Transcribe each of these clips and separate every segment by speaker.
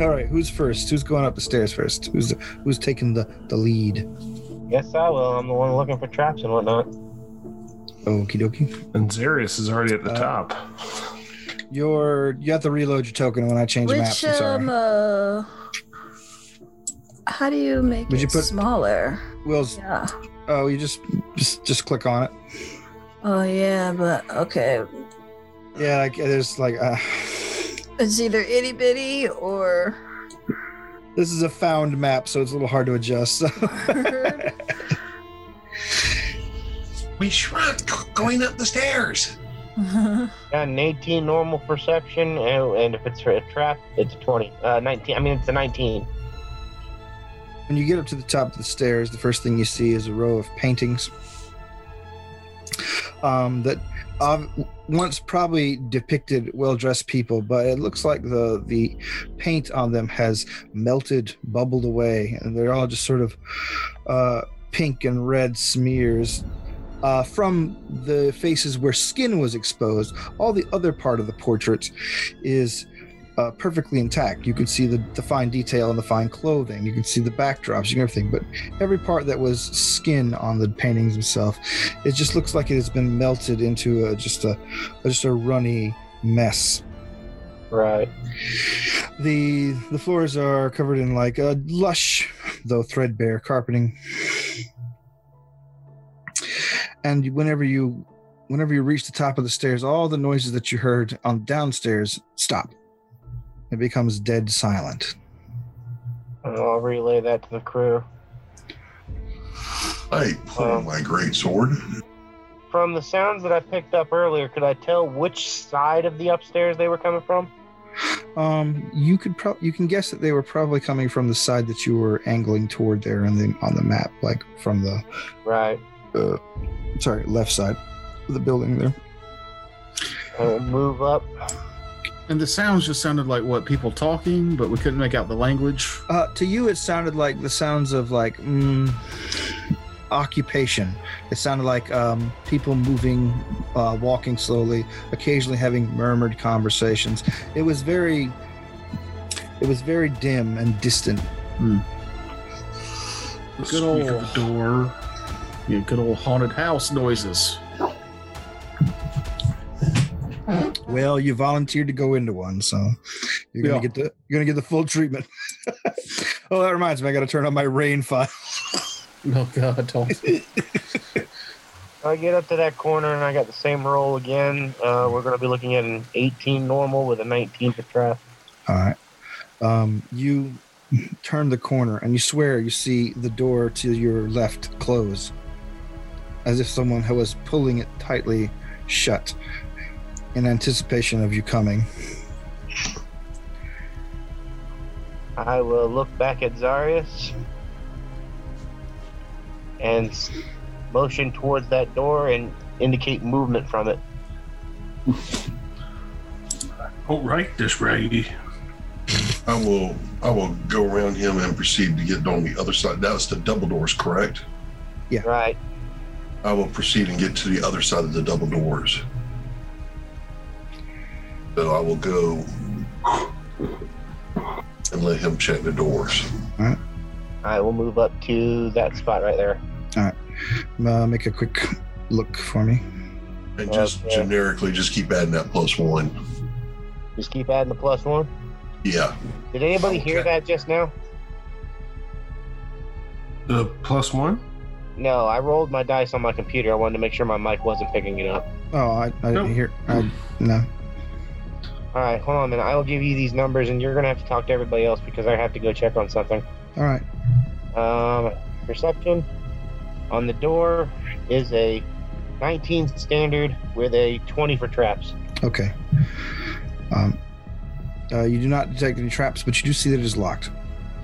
Speaker 1: All right, who's first? Who's going up the stairs first? Who's who's taking the the lead?
Speaker 2: Yes, I will. I'm the one looking for traps and whatnot.
Speaker 1: Okie dokie.
Speaker 3: And Zarius is already at the
Speaker 1: Uh,
Speaker 3: top.
Speaker 1: Your you have to reload your token when I change maps.
Speaker 4: Which
Speaker 1: I'm sorry.
Speaker 4: um, uh, how do you make
Speaker 1: Would
Speaker 4: it
Speaker 1: you put-
Speaker 4: smaller?
Speaker 1: Will's.
Speaker 4: Yeah.
Speaker 1: Oh, you just just just click on it.
Speaker 4: Oh yeah, but okay.
Speaker 1: Yeah, like there's like uh,
Speaker 4: It's either itty bitty or
Speaker 1: this is a found map, so it's a little hard to adjust. So.
Speaker 3: We shrunk going up the stairs.
Speaker 2: Got an 18 normal perception, and, and if it's for a trap, it's a 20. Uh, 19. I mean, it's a 19.
Speaker 1: When you get up to the top of the stairs, the first thing you see is a row of paintings um, that ob- once probably depicted well-dressed people, but it looks like the the paint on them has melted, bubbled away, and they're all just sort of uh, pink and red smears. Uh, from the faces where skin was exposed, all the other part of the portrait is uh, perfectly intact. You can see the, the fine detail and the fine clothing. You can see the backdrops and everything. But every part that was skin on the paintings themselves, it just looks like it has been melted into a, just a, a just a runny mess.
Speaker 2: Right.
Speaker 1: The the floors are covered in like a lush, though threadbare carpeting. And whenever you whenever you reach the top of the stairs, all the noises that you heard on downstairs stop. It becomes dead silent.
Speaker 2: And I'll relay that to the crew.
Speaker 5: I pull
Speaker 2: Um,
Speaker 5: my great sword.
Speaker 2: From the sounds that I picked up earlier, could I tell which side of the upstairs they were coming from?
Speaker 1: Um, you could prob you can guess that they were probably coming from the side that you were angling toward there on the on the map, like from the
Speaker 2: Right.
Speaker 1: sorry left side of the building there.
Speaker 2: I'll move up.
Speaker 6: And the sounds just sounded like what people talking, but we couldn't make out the language.
Speaker 1: Uh, to you, it sounded like the sounds of like mm, occupation. It sounded like um, people moving, uh, walking slowly, occasionally having murmured conversations. It was very, it was very dim and distant.
Speaker 6: Good
Speaker 3: Squeak
Speaker 6: old
Speaker 3: of a door.
Speaker 6: Yeah, good old haunted house noises.
Speaker 1: Well, you volunteered to go into one, so you're gonna
Speaker 6: Yeah.
Speaker 1: get the you're gonna get the full treatment. oh, that reminds me, I gotta turn on my rain file.
Speaker 6: Oh God, don't.
Speaker 2: I get up to that corner, and I got the same roll again. Uh, we're going to be looking at an 18 normal with a 19 for trap.
Speaker 1: All right. Um, you turn the corner and you swear you see the door to your left close as if someone who was pulling it tightly shut in anticipation of you coming.
Speaker 2: I will look back at Zarius and s- motion towards that door and indicate movement from it.
Speaker 3: All right, this way.
Speaker 5: I will I will go around him and proceed to get on the other side. That's the double doors, correct?
Speaker 2: Right.
Speaker 5: I will proceed and get to the other side of the double doors. So I will go and let him check the doors.
Speaker 2: I will move up to that spot right there.
Speaker 1: Uh, make a quick look for me.
Speaker 5: And just
Speaker 2: Okay.
Speaker 5: generically just keep adding that plus one.
Speaker 2: Just keep adding the plus one.
Speaker 5: Yeah.
Speaker 2: Did anybody hear
Speaker 5: Okay.
Speaker 2: that just now?
Speaker 3: The plus one.
Speaker 2: No, I rolled my dice on my computer. I wanted to make sure my mic wasn't picking it up.
Speaker 1: Oh, I, I
Speaker 3: Nope.
Speaker 1: didn't hear. I, no.
Speaker 2: All right, hold on a minute. I will give you these numbers, and you're gonna have to talk to everybody else because I have to go check on something.
Speaker 1: All right.
Speaker 2: Um, perception on the door is a 19 standard with a 20 for traps.
Speaker 1: Okay. Um, uh, you do not detect any traps, but you do see that it is locked.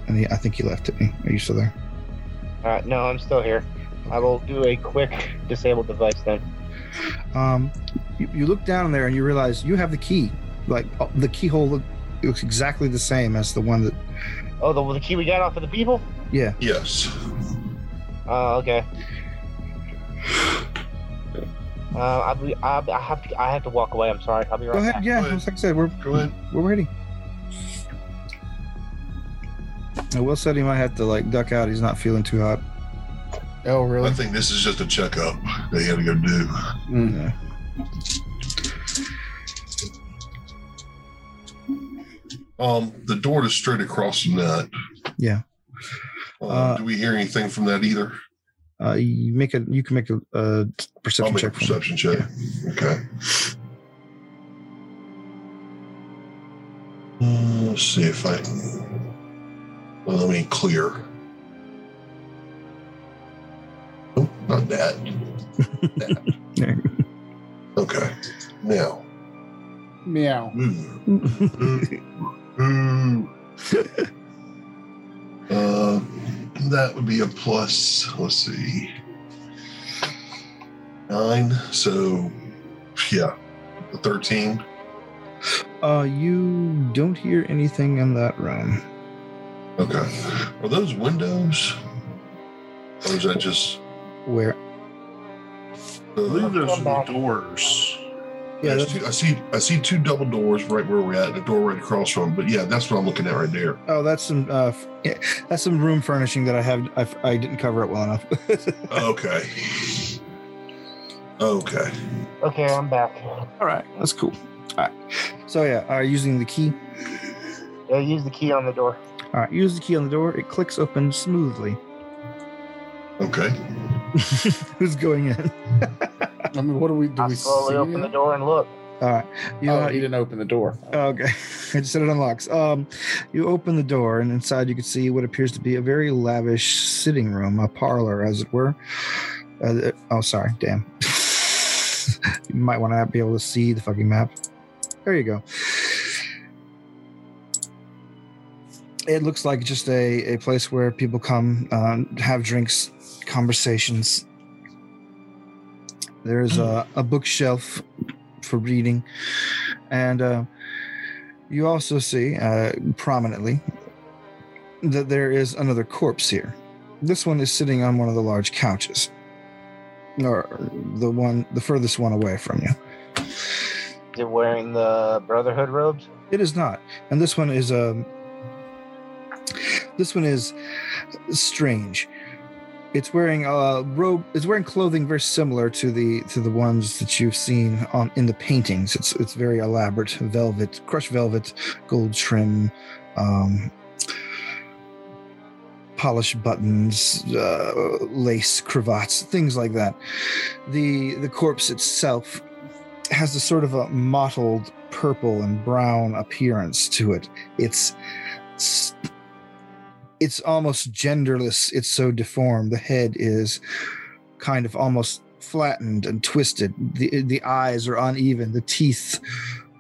Speaker 1: And he, I think he left it. Are you still there?
Speaker 2: All right, Uh, no, I'm still here. I will do a quick disable device then.
Speaker 1: Um, you, you look down there and you realize you have the key. Like uh, the keyhole look, looks exactly the same as the one that.
Speaker 2: Oh, the, the key we got off of the people?
Speaker 5: Yes.
Speaker 2: Oh, okay. Uh, I, be- I, I have to. I have to walk away. I'm sorry. I'll be
Speaker 1: Go
Speaker 2: right
Speaker 1: ahead.
Speaker 2: back.
Speaker 1: Yeah,
Speaker 5: Go ahead.
Speaker 1: like I said, we're
Speaker 5: Go ahead.
Speaker 1: we're waiting. Will said he might have to like duck out. He's not feeling too hot.
Speaker 6: Oh,
Speaker 5: I
Speaker 6: really?
Speaker 5: think this is just a checkup they had to go do.
Speaker 6: Mm.
Speaker 1: Yeah.
Speaker 5: Um, the door is straight across from that.
Speaker 1: Yeah.
Speaker 5: Um,
Speaker 1: Uh,
Speaker 5: do we hear anything from that either?
Speaker 1: Uh, you make a you can make a, uh
Speaker 5: I'll
Speaker 1: perception
Speaker 5: make a
Speaker 1: check. for me.
Speaker 5: perception check. Okay. Uh, let's see if I can. Well, let me clear. Nope, not that. That.
Speaker 1: There.
Speaker 5: okay. Now.
Speaker 6: Meow.
Speaker 5: Mm, mm, mm. uh, that would be a plus. Let's see. Nine. So, yeah, a 13.
Speaker 1: Uh, you don't hear anything in that room.
Speaker 5: Okay. Are those windows? Or is that just
Speaker 1: Where?
Speaker 5: the,
Speaker 2: believe those are the
Speaker 5: doors?
Speaker 1: Yeah,
Speaker 5: Yeah,
Speaker 1: that's-
Speaker 5: I see. I see two double doors right where we're at, and a door right across from. But yeah, that's what I'm looking at right there.
Speaker 1: Oh, that's some uh, f- yeah, that's some room furnishing that I have. I, I didn't cover it well enough.
Speaker 5: Okay. Okay.
Speaker 2: Okay, I'm back.
Speaker 1: All right, that's cool. All right. So yeah, are you using the key?
Speaker 2: Yeah, use the key on the door.
Speaker 1: All right, use the key on the door. It clicks open smoothly.
Speaker 5: Okay.
Speaker 1: Who's going in?
Speaker 6: I mean, what do we do?
Speaker 2: I
Speaker 6: We
Speaker 2: slowly
Speaker 6: see
Speaker 2: open the
Speaker 6: it?
Speaker 2: door and look.
Speaker 1: All right. You
Speaker 6: oh,
Speaker 1: know,
Speaker 6: he didn't open the door.
Speaker 1: Oh, Okay, I just said it unlocks. Um, you open the door, and inside you can see what appears to be a very lavish sitting room, a parlor, as it were. Uh, th- oh, sorry, damn. you might want to not be able to see the fucking map. There you go. It looks like just a, a place where people come, um, have drinks, conversations. There's a, a bookshelf for reading, and uh, you also see uh, prominently that there is another corpse here. This one is sitting on one of the large couches, or the one, the furthest one away from you.
Speaker 2: Is it wearing the Brotherhood robes?
Speaker 1: It is not, and this one is um, this one is strange. It's wearing a robe. It's wearing clothing very similar to the to the ones that you've seen on in the paintings. It's it's very elaborate velvet, crushed velvet, gold trim, um, polished buttons, uh, lace cravats, things like that. The the corpse itself has a sort of a mottled purple and brown appearance to it. It's it's, it's almost genderless. It's so deformed. The head is kind of almost flattened and twisted. The the eyes are uneven. The teeth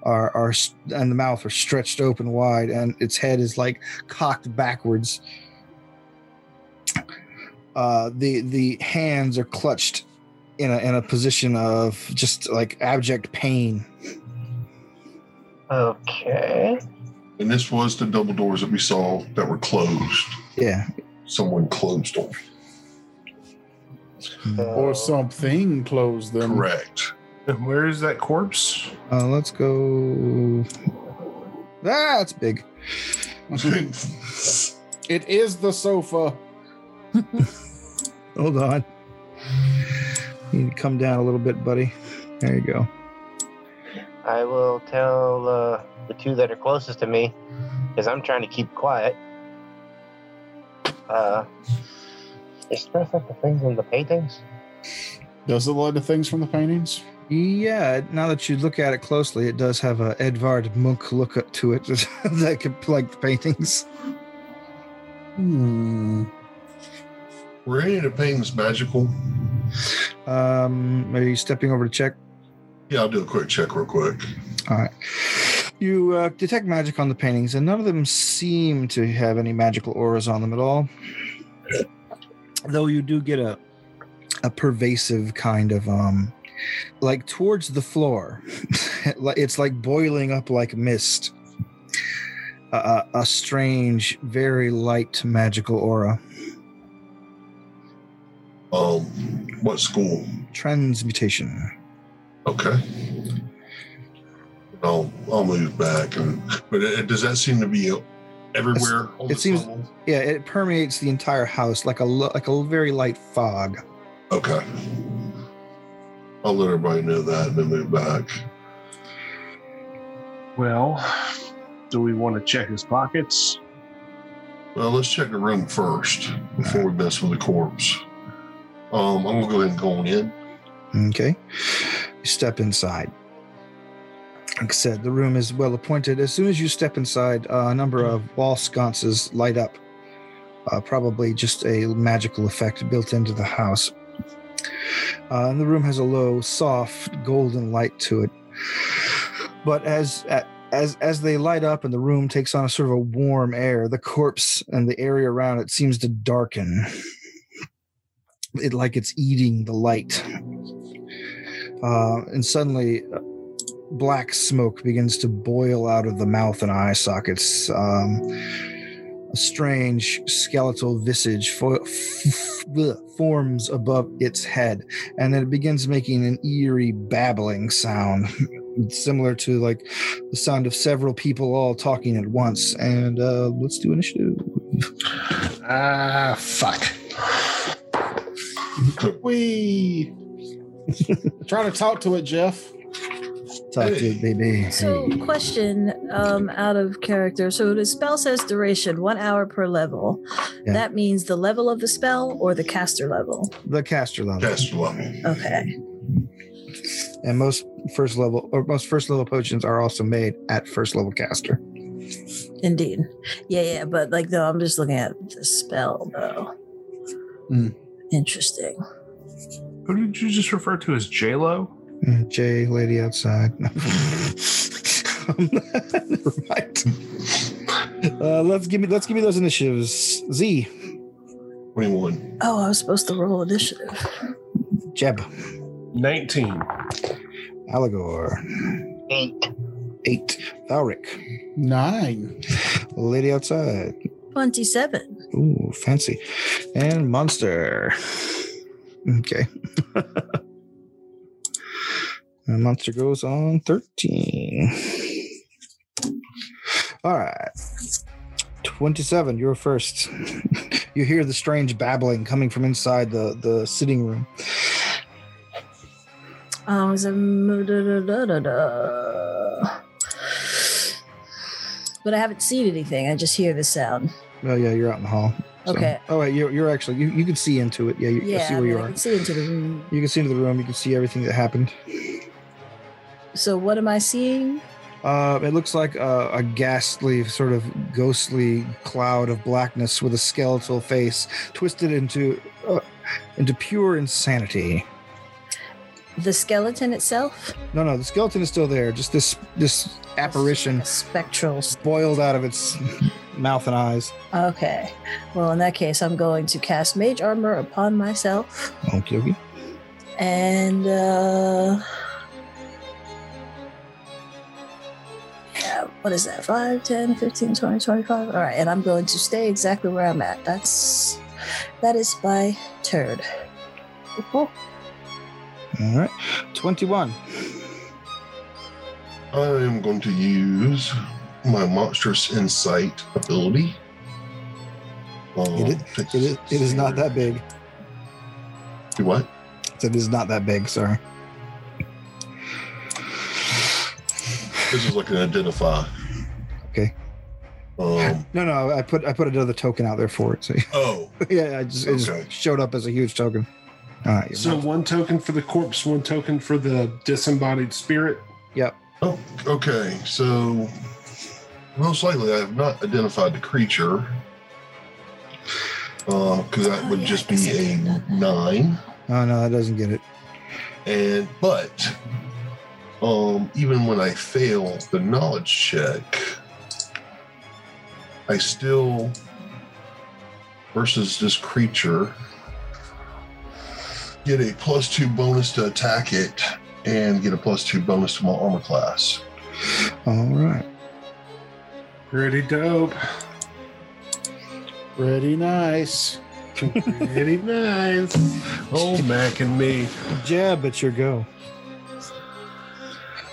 Speaker 1: are are s- and the mouth are stretched open wide and its head is like cocked backwards. Uh, the the hands are clutched in a in a position of just like abject pain.
Speaker 2: Okay.
Speaker 5: And this was the double doors that we saw that were closed.
Speaker 1: Yeah.
Speaker 5: Someone closed them.
Speaker 2: Hmm. Uh,
Speaker 6: Or something closed them.
Speaker 5: Correct.
Speaker 3: And where is that corpse?
Speaker 1: Uh, let's go. That's big.
Speaker 6: it is the sofa.
Speaker 1: Hold on. You need to come down a little bit, buddy. There you go.
Speaker 2: I will tell uh, the two that are closest to me, because I'm trying to keep quiet. Uh, is dressed like the things in the paintings?
Speaker 6: Does it look the things from the paintings?
Speaker 1: Yeah, now that you look at it closely, it does have a Edvard Munch look up to it that could like the paintings.
Speaker 6: Hmm.
Speaker 5: Were any of the paintings magical?
Speaker 1: Um, are you stepping over to check?
Speaker 5: Yeah, I'll do a quick check real quick.
Speaker 1: All right. You uh, detect magic on the paintings, and none of them seem to have any magical auras on them at all. Though you do get a a pervasive kind of um, like towards the floor. Like- it's like boiling up like mist. A, a, a strange, very light magical aura.
Speaker 5: Um, what school?
Speaker 1: Transmutation.
Speaker 5: Okay. I'll I'll move back, and but it, does that seem to be everywhere on
Speaker 1: it
Speaker 5: this
Speaker 1: seems-
Speaker 5: level?
Speaker 1: Yeah, it permeates the entire house like a lo- like a very light fog.
Speaker 5: Okay. I'll let everybody know that and then move back.
Speaker 3: Well, do we want to check his pockets?
Speaker 5: Well, let's check the room first before we mess with the corpse. Um, I'm gonna go ahead and go on in.
Speaker 1: Okay. You step inside. Like I said, the room is well appointed. As soon as you step inside, uh, a number of wall sconces light up. Uh, probably just a magical effect built into the house. Uh, and the room has a low, soft, golden light to it. But as a- as as they light up and the room takes on a sort of a warm air, the corpse and the area around it seems to darken. It like it's eating the light uh, and suddenly uh, black smoke begins to boil out of the mouth and eye sockets. Um, a strange skeletal visage fo- f- bleh, forms above its head, and then it begins making an eerie babbling sound, similar to like the sound of several people all talking at once. And uh, let's do initiative.
Speaker 3: Ah, fuck.
Speaker 6: We try to talk to it, Jeff.
Speaker 1: Talk to it, baby.
Speaker 4: So,
Speaker 1: Hey.
Speaker 4: question um, out of character. So, the spell says duration one hour per level.
Speaker 1: Yeah.
Speaker 4: That means the level of the spell or the caster level.
Speaker 1: the caster level.
Speaker 5: Caster level.
Speaker 4: Okay.
Speaker 1: and most first level or most first level potions are also made at first level caster.
Speaker 4: Indeed. Yeah, yeah. But, like, though, I'm just looking at the spell, though.
Speaker 1: Hmm.
Speaker 6: Mm.
Speaker 4: Interesting.
Speaker 7: Who did you just refer to as J Lo?
Speaker 1: Mm, Jay, lady outside. Um, Never mind. Uh, let's give me let's give me those initiatives. Z,
Speaker 5: Twenty-one.
Speaker 4: Oh, I was supposed to roll initiative.
Speaker 1: Jeb,
Speaker 3: 19.
Speaker 1: Allegor,
Speaker 2: Eight.
Speaker 1: eight, Valric,
Speaker 6: Nine.
Speaker 1: lady outside.
Speaker 4: 27.
Speaker 1: Ooh, fancy, and monster. Okay. and monster goes on thirteen. All right. 27 you're first you hear the strange babbling coming from inside the the sitting room
Speaker 4: Um, it was a mo- da- da- da- da- da. But I haven't seen anything. I just hear the sound.
Speaker 1: oh yeah you're out in the hall So-
Speaker 4: Okay.
Speaker 1: oh wait you're, you're actually you, you can see into it yeah you I
Speaker 4: Yeah,
Speaker 1: see
Speaker 4: I,
Speaker 1: where
Speaker 4: mean,
Speaker 1: you
Speaker 4: I
Speaker 1: are
Speaker 4: can see into the room.
Speaker 1: you can see into the room you can see everything that happened
Speaker 4: So what am I seeing?
Speaker 1: Uh, it looks like a, a ghastly, sort of ghostly cloud of blackness with a skeletal face twisted into uh, into pure insanity.
Speaker 4: The skeleton itself?
Speaker 1: No, no, the skeleton is still there. Just this this apparition
Speaker 4: A spectral. s-
Speaker 1: spoiled out of its mouth and eyes.
Speaker 4: Okay. Well, in that case, I'm going to cast mage armor upon myself,
Speaker 1: Okie dokie.
Speaker 4: and uh, yeah, what is that? 5, 10, 15, 20, 25? All right, and I'm going to stay exactly where I'm at. That's that is my turn.
Speaker 1: All right, twenty-one.
Speaker 5: I am going to use my monstrous insight ability. Um,
Speaker 1: It is- It is, it is not that big.
Speaker 5: Do what?
Speaker 1: It is not that big. Sorry.
Speaker 5: This is like an identify.
Speaker 1: Okay.
Speaker 5: Um.
Speaker 1: No, no, I put I put another token out there for it. So
Speaker 5: Oh.
Speaker 1: yeah, I just, it
Speaker 5: Okay.
Speaker 1: just showed up as a huge token. All right. you're
Speaker 3: So one token for the corpse, one token for the disembodied spirit.
Speaker 5: Oh, okay. So most likely I have not identified the creature. Because that would just be a nine.
Speaker 1: Oh no, that doesn't get it.
Speaker 5: And but um even when I fail the knowledge check, I still versus this creature get a plus two bonus to attack it and get a plus two bonus to my armor class.
Speaker 1: All right.
Speaker 3: Pretty dope.
Speaker 6: Pretty nice.
Speaker 3: Pretty nice. Oh, Mac and me.
Speaker 1: Jeb, it's your go.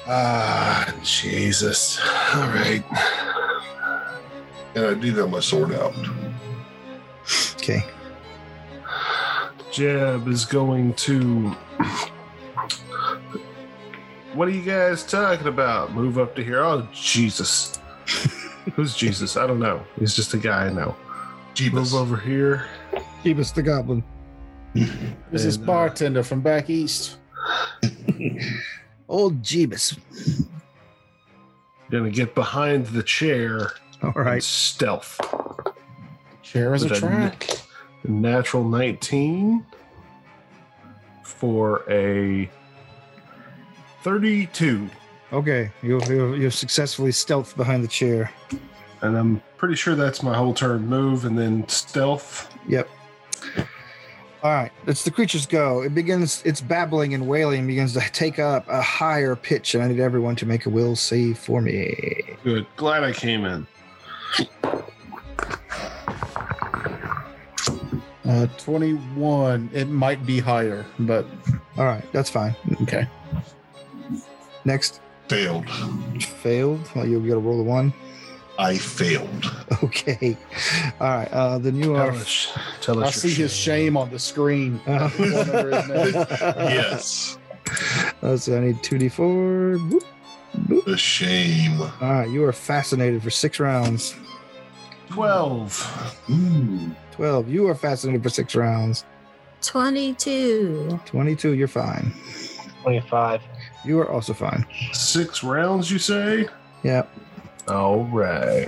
Speaker 3: Ah, Jesus. All right.
Speaker 5: and I do have my sword out.
Speaker 1: Okay.
Speaker 7: Jeb is going to. What are you guys talking about? Move up to here. Oh, Jesus. Who's Jesus? I don't know. He's just a guy I know. Move
Speaker 5: Jeebus.
Speaker 7: over here.
Speaker 1: Jeebus the Goblin.
Speaker 6: This is
Speaker 7: And, uh,
Speaker 6: bartender from back east.
Speaker 1: Old Jeebus.
Speaker 7: Gonna get behind the chair.
Speaker 1: All
Speaker 7: and
Speaker 1: right.
Speaker 7: Stealth.
Speaker 6: Chair is a
Speaker 7: With a
Speaker 6: track.
Speaker 7: Natural 19 for a 32.
Speaker 1: Okay. You, you, you've successfully stealthed behind the chair.
Speaker 7: And I'm pretty sure that's my whole turn move and then stealth.
Speaker 1: Yep. All right, it's the creature's go. It begins, it's babbling and wailing begins to take up a higher pitch, and I need everyone to make a will save for me.
Speaker 7: Good. Glad I came in.
Speaker 6: Uh, 21. It might be higher, but
Speaker 1: All right, that's fine.
Speaker 6: okay.
Speaker 1: Next,
Speaker 5: Failed.
Speaker 1: failed. Well, you'll get a roll of one.
Speaker 5: I failed.
Speaker 1: Okay. All right, uh, then you
Speaker 7: Tell
Speaker 1: are.
Speaker 7: us, tell
Speaker 6: I
Speaker 7: us your
Speaker 6: see his
Speaker 7: shame.
Speaker 6: shame on the screen.
Speaker 5: Yes.
Speaker 1: Let's see, I need 2d4. Boop, boop.
Speaker 5: The shame.
Speaker 1: All right, you are fascinated for six rounds.
Speaker 7: 12.
Speaker 5: Ooh.
Speaker 1: 12, you are fascinated for six rounds.
Speaker 4: 22.
Speaker 1: 22, you're fine.
Speaker 2: 25.
Speaker 1: You are also fine.
Speaker 7: Six rounds, you say?
Speaker 1: Yeah.
Speaker 7: All right.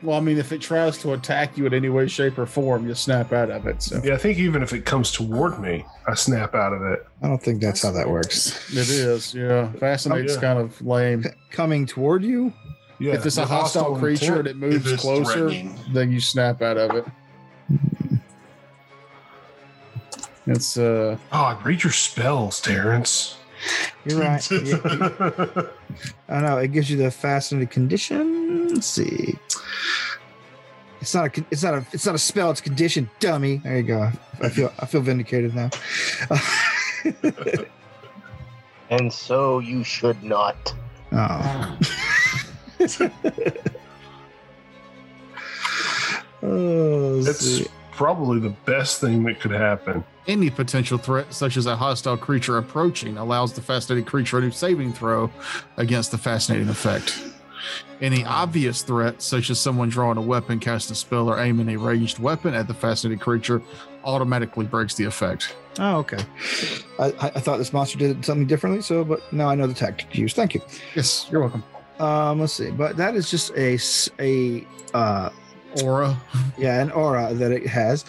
Speaker 6: Well, I mean, if it tries to attack you in any way, shape, or form, you snap out of it. So
Speaker 7: Yeah, I think even if it comes toward me, I snap out of it.
Speaker 1: I don't think that's how that works.
Speaker 6: it is. Yeah, fascinates
Speaker 7: Oh, yeah.
Speaker 6: kind of lame.
Speaker 1: Coming toward you?
Speaker 7: Yeah.
Speaker 6: if it's a
Speaker 7: with
Speaker 6: hostile, creature and
Speaker 7: intent.
Speaker 6: it moves
Speaker 5: it's
Speaker 6: closer,
Speaker 5: threatening.
Speaker 6: then you snap out of it.
Speaker 7: Hmm.
Speaker 6: It's uh,
Speaker 7: Oh, I read your spells, Terrence.
Speaker 1: You're right. You- you- I know it gives you the fascinated condition. Let's see, it's not a con- it's not a it's not a spell. It's a condition, dummy. There you go. I feel I feel vindicated now.
Speaker 2: And so you should not.
Speaker 1: oh. oh, let's
Speaker 7: That's
Speaker 1: see.
Speaker 7: probably the best thing that could happen.
Speaker 6: any potential threat, such as a hostile creature approaching, allows the fascinated creature to saving throw against the fascinating effect. Any obvious threat, such as someone drawing a weapon, casting a spell, or aiming a ranged weapon at the fascinated creature, automatically breaks the effect.
Speaker 1: oh, okay. I, I I thought this monster did something differently, so but now I know the tactic to use. Thank you.
Speaker 6: Yes, you're welcome.
Speaker 1: Um, let's see, but that is just a s- a uh
Speaker 6: Aura.
Speaker 1: Yeah, an aura that it has.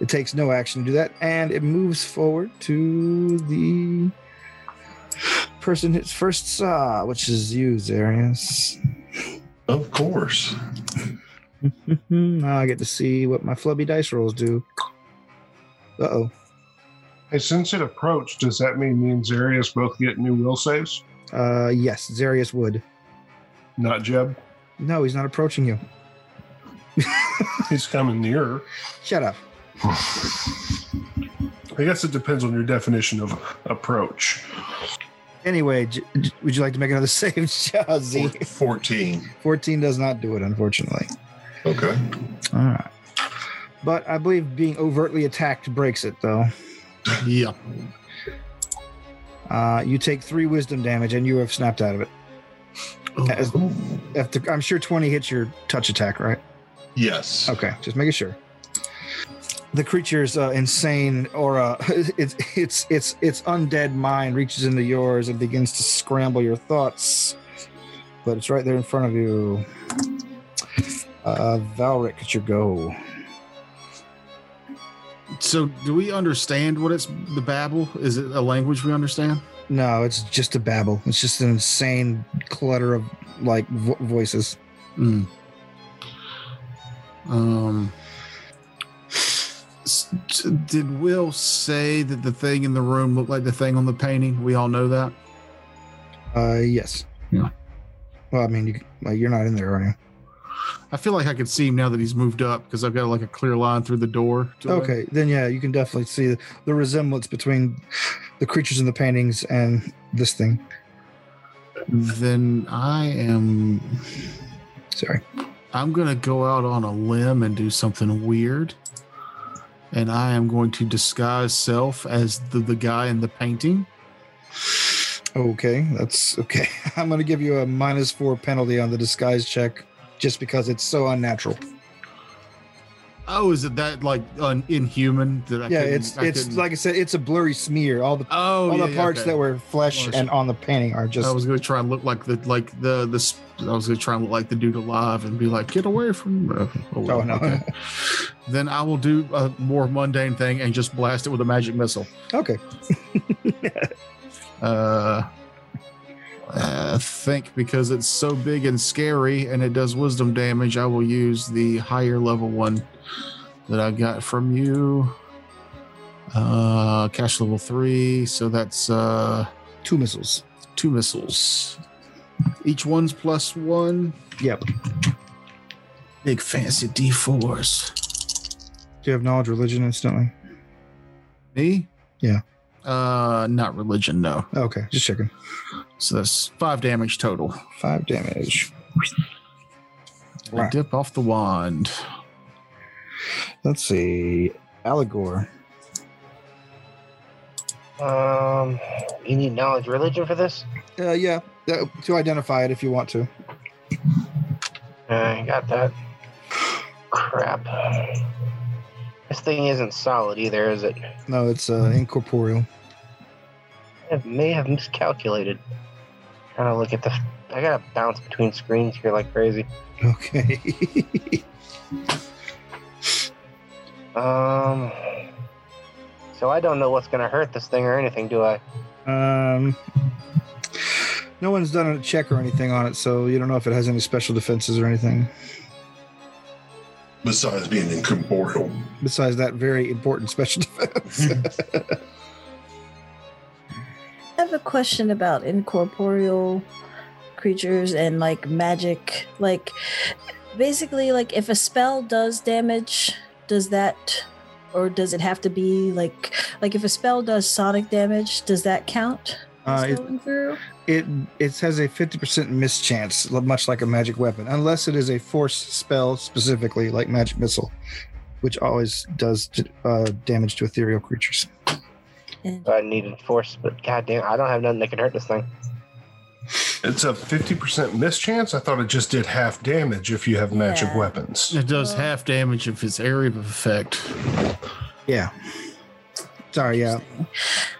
Speaker 1: It takes no action to do that, and it moves forward to the person its first saw, which is you, Zarius.
Speaker 5: Of course.
Speaker 1: now I get to see what my flubby dice rolls do. Uh oh.
Speaker 7: Hey, since it approached, does that mean me and Zarius both get new will saves?
Speaker 1: Uh, yes, Zarius would.
Speaker 7: Not Jeb.
Speaker 1: No, he's not approaching you.
Speaker 7: He's coming nearer.
Speaker 1: Shut up.
Speaker 7: I guess it depends on your definition of approach.
Speaker 1: Anyway, j- j- would you like to make another save, Jazzy?
Speaker 5: Four- 14.
Speaker 1: 14 does not do it, unfortunately.
Speaker 5: Okay.
Speaker 1: All right. But I believe being overtly attacked breaks it, though.
Speaker 6: yeah.
Speaker 1: Uh, you take three wisdom damage and you have snapped out of it. As- after- I'm sure 20 hits your touch attack, right?
Speaker 5: Yes.
Speaker 1: Okay, just making sure. The creature's uh, insane aura, its its its its undead mind reaches into yours and begins to scramble your thoughts, but it's right there in front of you. Uh, Valric, it's your go.
Speaker 6: So, do we understand what it's the babble? Is it a language we understand?
Speaker 1: No, it's just a babble. It's just an insane clutter of like vo- voices.
Speaker 6: Mm. Um, s- t- did Will say that the thing in the room looked like the thing on the painting? We all know that.
Speaker 1: Uh, yes.
Speaker 6: Yeah.
Speaker 1: Well, I mean, you, like, you're not in there, are you?
Speaker 6: I feel like I could see him now that he's moved up because I've got like a clear line through the door. to him.
Speaker 1: Okay, then yeah, you can definitely see the, the resemblance between the creatures in the paintings and this thing.
Speaker 6: Then I am.
Speaker 1: Sorry.
Speaker 6: I'm going to go out on a limb and do something weird. And I am going to disguise self as the, the guy in the painting.
Speaker 1: Okay, that's okay. I'm going to give you a minus four penalty on the disguise check just because it's so unnatural.
Speaker 6: Oh, is it that like un- inhuman that I
Speaker 1: yeah,
Speaker 6: couldn't-
Speaker 1: it's
Speaker 6: I
Speaker 1: it's
Speaker 6: couldn't-
Speaker 1: like I said, it's a blurry smear. All the
Speaker 6: oh
Speaker 1: all
Speaker 6: yeah,
Speaker 1: the
Speaker 6: yeah,
Speaker 1: parts
Speaker 6: okay.
Speaker 1: that were flesh
Speaker 6: Blurry
Speaker 1: and on the painting are just
Speaker 6: I was gonna try and look like the like the this. I was gonna try and look like the dude alive and be like, "Get away from!" Me.
Speaker 1: Oh, no.
Speaker 6: then I will do a more mundane thing and just blast it with a magic missile.
Speaker 1: okay.
Speaker 6: Uh, I think because it's so big and scary and it does wisdom damage, I will use the higher level one that I got from you. Uh, cash level three, so that's uh
Speaker 1: Two missiles.
Speaker 6: two missiles. Each one's plus one.
Speaker 1: Yep. Do
Speaker 6: Big fancy D4s.
Speaker 1: you have knowledge religion instantly?
Speaker 6: Me?
Speaker 1: Yeah.
Speaker 6: Uh, not religion, no.
Speaker 1: Okay, just checking.
Speaker 6: So that's five damage total.
Speaker 1: Five damage.
Speaker 6: I
Speaker 1: Right.
Speaker 6: Dip off the wand.
Speaker 1: Let's see. Allegor.
Speaker 2: Um, you need knowledge religion for this?
Speaker 1: Uh, yeah, that- to identify it if you want to.
Speaker 2: I got that. Crap. This thing isn't solid either, is it?
Speaker 1: No, it's uh, incorporeal.
Speaker 2: I may have miscalculated. Trying to look at the. I gotta bounce between screens here like crazy.
Speaker 1: Okay.
Speaker 2: Um. So I don't know what's gonna hurt this thing or anything, do I?
Speaker 1: um, no one's done a check or anything on it, so you don't know if it has any special defenses or anything.
Speaker 5: Besides being incorporeal.
Speaker 1: Besides that very important special defense.
Speaker 4: I have a question about incorporeal creatures and like magic. Like, basically, like if a spell does damage, does that, or does it have to be like, like if a spell does sonic damage, does that count?
Speaker 1: uh,
Speaker 4: as
Speaker 1: it,
Speaker 4: going through?
Speaker 1: it it has a 50% mischance, much like a magic weapon, unless it is a force spell specifically, like magic missile, which always does uh, damage to ethereal creatures.
Speaker 4: And-
Speaker 2: So I needed force, but goddamn, I don't have nothing that can hurt this thing.
Speaker 7: It's a 50% mischance. I thought it just did half damage if you have magic
Speaker 4: Yeah.
Speaker 7: weapons.
Speaker 6: It does
Speaker 4: Uh,
Speaker 6: half damage if it's area of effect.
Speaker 1: Yeah. Sorry, yeah, Uh,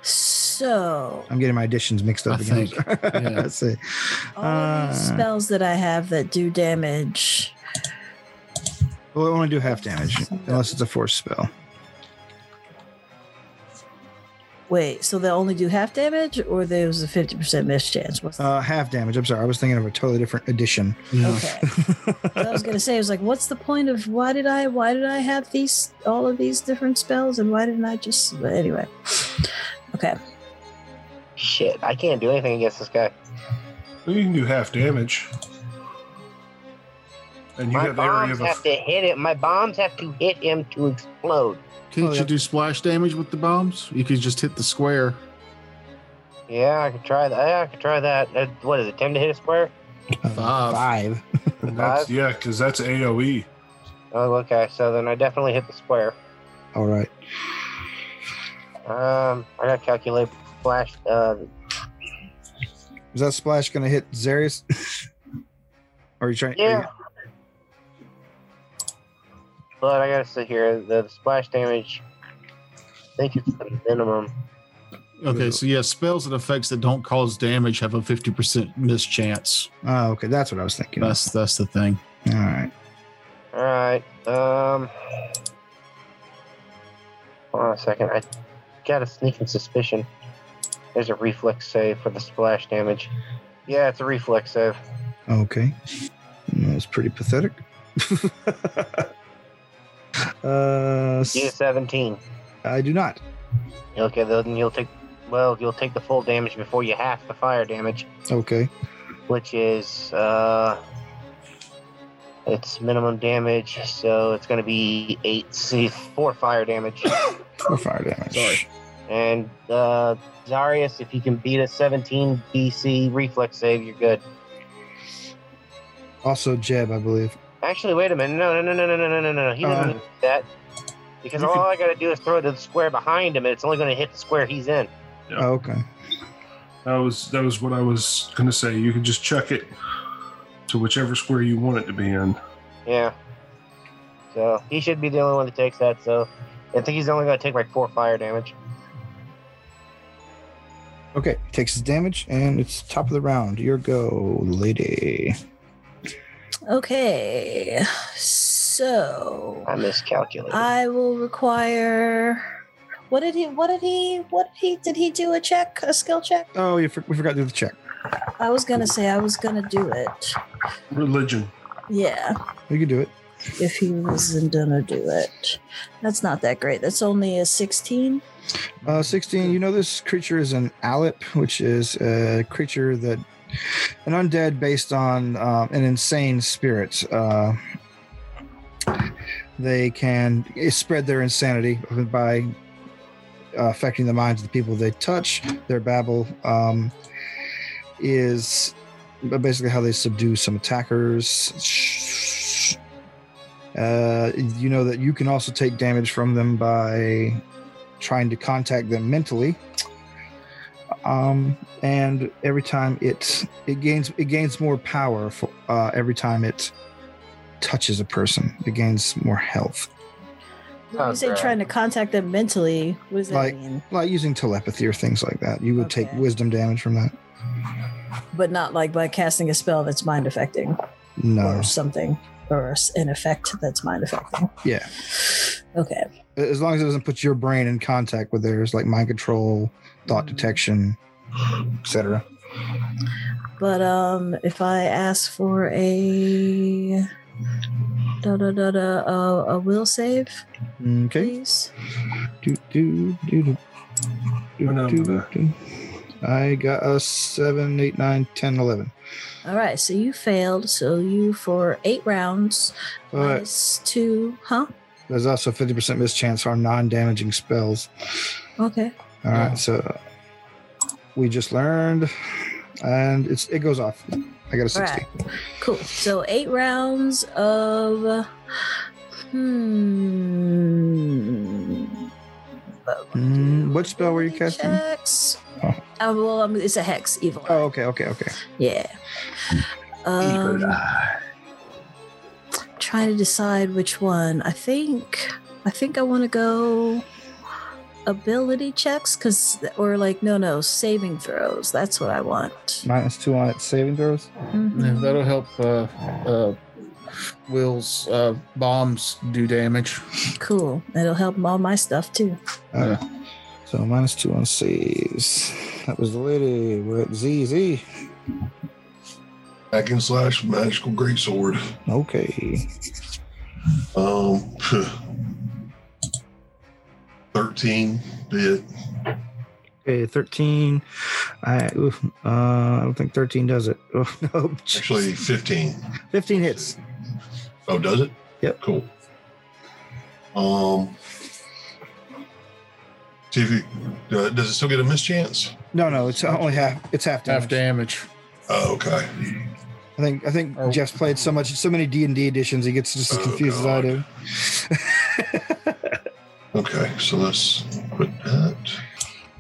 Speaker 4: So,
Speaker 1: I'm getting my additions mixed up
Speaker 6: I
Speaker 1: again.
Speaker 6: think,
Speaker 1: Let's see.
Speaker 4: all of these
Speaker 1: Uh,
Speaker 4: spells that I have that do damage.
Speaker 1: Well, it only do half damage unless it's a force spell.
Speaker 4: Wait, so they only do half damage, or there was a fifty percent mischance? What's
Speaker 1: Uh, half damage. I'm sorry, I was thinking of a totally different addition.
Speaker 6: Yeah.
Speaker 4: Okay. So I was gonna say, I was like, what's the point of why did I why did I have these all of these different spells and why didn't I just but anyway. Okay.
Speaker 2: Shit, I can't do anything against this guy.
Speaker 7: You can do half damage. And you
Speaker 2: My
Speaker 7: got the area
Speaker 2: bombs
Speaker 7: of
Speaker 2: have
Speaker 7: effect.
Speaker 2: to hit it. My bombs have to hit him to explode.
Speaker 6: Can't
Speaker 1: Oh, yeah.
Speaker 6: you do splash damage with the bombs? You could just hit the square.
Speaker 2: Yeah, I could try that. Yeah, I could try that. Uh, what is it? Ten to hit a square?
Speaker 6: Five.
Speaker 1: Five.
Speaker 7: And that's, yeah, because that's E. AoE.
Speaker 2: Oh, okay. So then I definitely hit the square.
Speaker 1: All right.
Speaker 2: Um, I gotta calculate flash. Uh,
Speaker 1: Is that splash going to hit Zarius? are you trying?
Speaker 2: yeah. But I gotta sit here. The splash damage. I think it's the minimum.
Speaker 6: Okay, so yeah, spells and effects that don't cause damage have a 50% mischance.
Speaker 1: Oh, okay. That's what I was thinking. All
Speaker 6: That's that's the thing.
Speaker 1: right.
Speaker 2: All right. Um. Hold on a second. I got a sneaking suspicion. There's a reflex save for the splash damage. Yeah, it's a reflex save.
Speaker 1: Okay. That was pretty pathetic. uh, s-
Speaker 2: Yeah, 17.
Speaker 1: I do not.
Speaker 2: Okay, then you'll take. Well, you'll take the full damage before you half the fire damage,
Speaker 1: Okay.
Speaker 2: which is uh, it's minimum damage, so it's going to be eight, see, four fire damage.
Speaker 1: Four fire damage.
Speaker 6: Sorry.
Speaker 2: And uh, Zarius, if you can beat a 17 BC reflex save, you're good.
Speaker 1: Also, Jeb, I believe.
Speaker 2: Actually, wait a minute. No, no, no, no, no, no, no, no, no. He doesn't
Speaker 1: Uh,
Speaker 2: need to do that because
Speaker 6: you
Speaker 2: all
Speaker 6: could-
Speaker 2: I got to do is throw it to the square behind him, and it's only going to hit the square he's in.
Speaker 1: Oh, okay.
Speaker 7: That was that was what I was gonna say. You can just chuck it to whichever square you want it to be in.
Speaker 2: Yeah. So he should be the only one that takes that. So I think he's only going to take like four fire damage.
Speaker 1: Okay, takes his damage, and it's top of the round. Your go, lady.
Speaker 4: Okay. So
Speaker 2: I miscalculated.
Speaker 4: I will require. What did he? What did he? What did he? Did he do a check? A skill check?
Speaker 1: Oh, you for- we forgot to do the check.
Speaker 4: I was gonna say I was gonna do it.
Speaker 7: Religion.
Speaker 4: Yeah,
Speaker 1: We can do it.
Speaker 4: if he wasn't gonna do it, that's not that great. That's only a sixteen.
Speaker 1: Uh, 16, you know this creature is an Alip, which is a creature that an undead based on um, an insane spirit. Uh, they can spread their insanity by uh, affecting the minds of the people they touch. Their babble um, is basically how they subdue some attackers. Uh, you know that you can also take damage from them by trying to contact them mentally. Um, and every time it it gains it gains more power for uh, every time it touches a person, it gains more health.
Speaker 4: When you
Speaker 2: Sounds
Speaker 4: say
Speaker 2: right.
Speaker 4: trying to contact them mentally, what does that
Speaker 1: Like-
Speaker 4: mean?
Speaker 1: Like using telepathy or things like that, you would take
Speaker 4: Okay.
Speaker 1: wisdom damage from that.
Speaker 4: But not like by casting a spell that's mind affecting
Speaker 1: No,
Speaker 4: or something, or s- an effect that's mind affecting.
Speaker 1: yeah,
Speaker 4: Okay.
Speaker 1: as long as it doesn't put your brain in contact with theirs, like mind control, thought
Speaker 4: Mhm.
Speaker 1: detection, etc.
Speaker 4: But um, if I ask for a da da da da uh, a will save,
Speaker 1: Okay.
Speaker 4: please.
Speaker 1: Do, do, do, do,
Speaker 7: I know,
Speaker 1: do, do,
Speaker 7: but-
Speaker 1: do. I got a seven, eight, nine, ten, eleven.
Speaker 4: All right. So you failed. So you for eight rounds
Speaker 1: But
Speaker 4: minus two, huh?
Speaker 1: there's also 50% mischance on non damaging spells.
Speaker 4: Okay.
Speaker 1: All right, so we just learned, and it's it goes off. I got a 60.
Speaker 4: All right. Cool. So eight rounds of hmm.
Speaker 1: Hmm, what spell were you casting?
Speaker 4: Checks.
Speaker 1: Oh.
Speaker 4: Uh, well, um, it's a hex, evil.
Speaker 1: Oh, okay, okay, okay.
Speaker 4: Yeah. Um, trying to decide which one. I think I think I want to go ability checks cuz or like no no, saving throws. That's what I want.
Speaker 1: Minus two on its saving throws.
Speaker 6: Yeah,
Speaker 4: Mhm.
Speaker 6: that'll help uh, uh, Will's uh, bombs do damage.
Speaker 4: Cool. It'll help all my stuff too.
Speaker 1: All right. So minus two on saves. That was the lady. We're at ZZ.
Speaker 5: Hack and slash magical greatsword.
Speaker 1: Okay.
Speaker 5: Um, 13 did.
Speaker 1: Okay, 13. I, oof, uh, I don't think 13 does it. Oh, no.
Speaker 5: Actually, 15.
Speaker 1: 15 hits.
Speaker 5: Oh, does it?
Speaker 1: Yep.
Speaker 5: Cool. Um, see if you, uh, does it still get a mischance?
Speaker 1: No, no, it's only half. It's half damage.
Speaker 6: Half damage.
Speaker 5: Oh, okay.
Speaker 1: I think I think
Speaker 6: Or-
Speaker 1: Jeff's played so much, so many D and D editions, he gets just as
Speaker 5: Oh,
Speaker 1: confused as I
Speaker 5: God.
Speaker 1: do.
Speaker 5: Okay, so let's put that.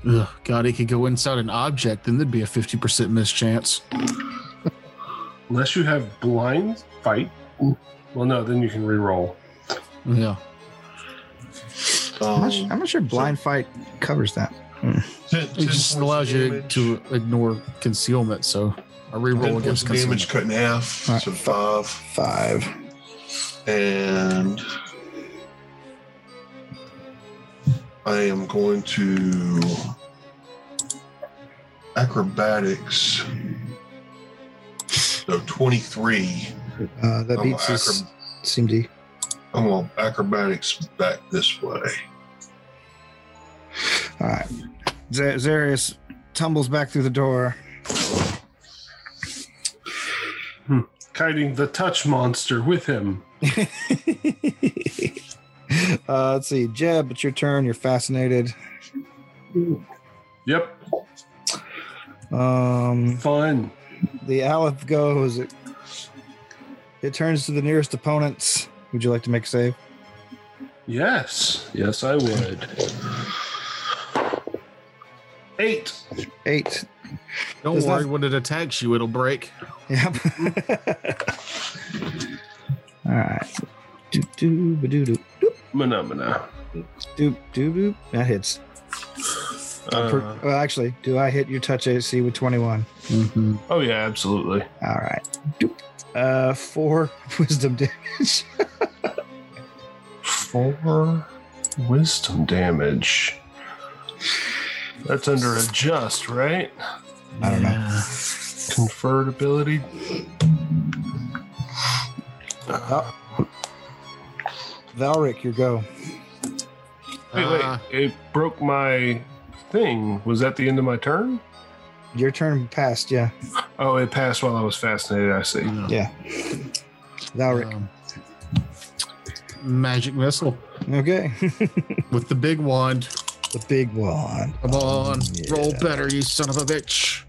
Speaker 6: Ugh, God, he could go inside an object, then there'd be a 50% mischance.
Speaker 7: Unless you have blind fight. Well no, then you can re-roll.
Speaker 6: Yeah.
Speaker 1: I'm, not su- I'm not sure,
Speaker 5: Um,
Speaker 1: blind fight covers that.
Speaker 5: 10, 10
Speaker 6: It just
Speaker 5: points
Speaker 6: allows
Speaker 5: of
Speaker 6: you
Speaker 5: damage.
Speaker 6: to ignore concealment, so a
Speaker 5: Ten
Speaker 6: reroll
Speaker 5: points
Speaker 6: against
Speaker 5: of damage
Speaker 6: concealment.
Speaker 5: cut in half,
Speaker 1: All right.
Speaker 5: so five.
Speaker 1: Five.
Speaker 5: And I am going to acrobatics. So 23.
Speaker 1: Uh, that
Speaker 5: I'm
Speaker 1: beats
Speaker 5: gonna
Speaker 1: his
Speaker 5: acro-
Speaker 1: CMD.
Speaker 5: I'm going to acrobatics back this way.
Speaker 1: All right. Z- Zarius tumbles back through the door.
Speaker 7: Kiting the touch monster with him.
Speaker 1: uh, let's see, Jeb, it's your turn. You're fascinated.
Speaker 7: Yep.
Speaker 1: Um,
Speaker 7: Fun.
Speaker 1: the Aleph goes. It turns to the nearest opponents. Would you like to make a save?
Speaker 7: Yes. Yes, I would. Eight.
Speaker 1: Eight.
Speaker 6: Don't
Speaker 1: Does that-
Speaker 6: worry, when it attacks you, it'll break.
Speaker 1: Yep. All right. Doop doop doop doop
Speaker 7: Phenomena.
Speaker 1: doop doop doop. That hits. Per-
Speaker 7: Uh,
Speaker 1: well, actually, do I hit your touch AC with 21?
Speaker 6: Mm-hmm.
Speaker 7: oh, yeah, absolutely.
Speaker 1: All right. Doop. Uh, four wisdom damage.
Speaker 7: Four wisdom damage. That's under adjust, right?
Speaker 1: I don't know.
Speaker 7: Conferred ability.
Speaker 1: Oh. Valric, your go.
Speaker 7: Wait,
Speaker 6: Uh.
Speaker 7: wait.
Speaker 6: Ah,
Speaker 7: it broke my thing. Was that the end of my turn?
Speaker 1: Your turn passed, yeah.
Speaker 7: Oh, it passed while I was fascinated. I see.
Speaker 6: no.
Speaker 1: Yeah. Valric.
Speaker 6: Um, magic missile
Speaker 1: Okay.
Speaker 6: with the big wand.
Speaker 1: the big one.
Speaker 6: Come on,
Speaker 1: Yeah.
Speaker 6: roll better, you son of a bitch.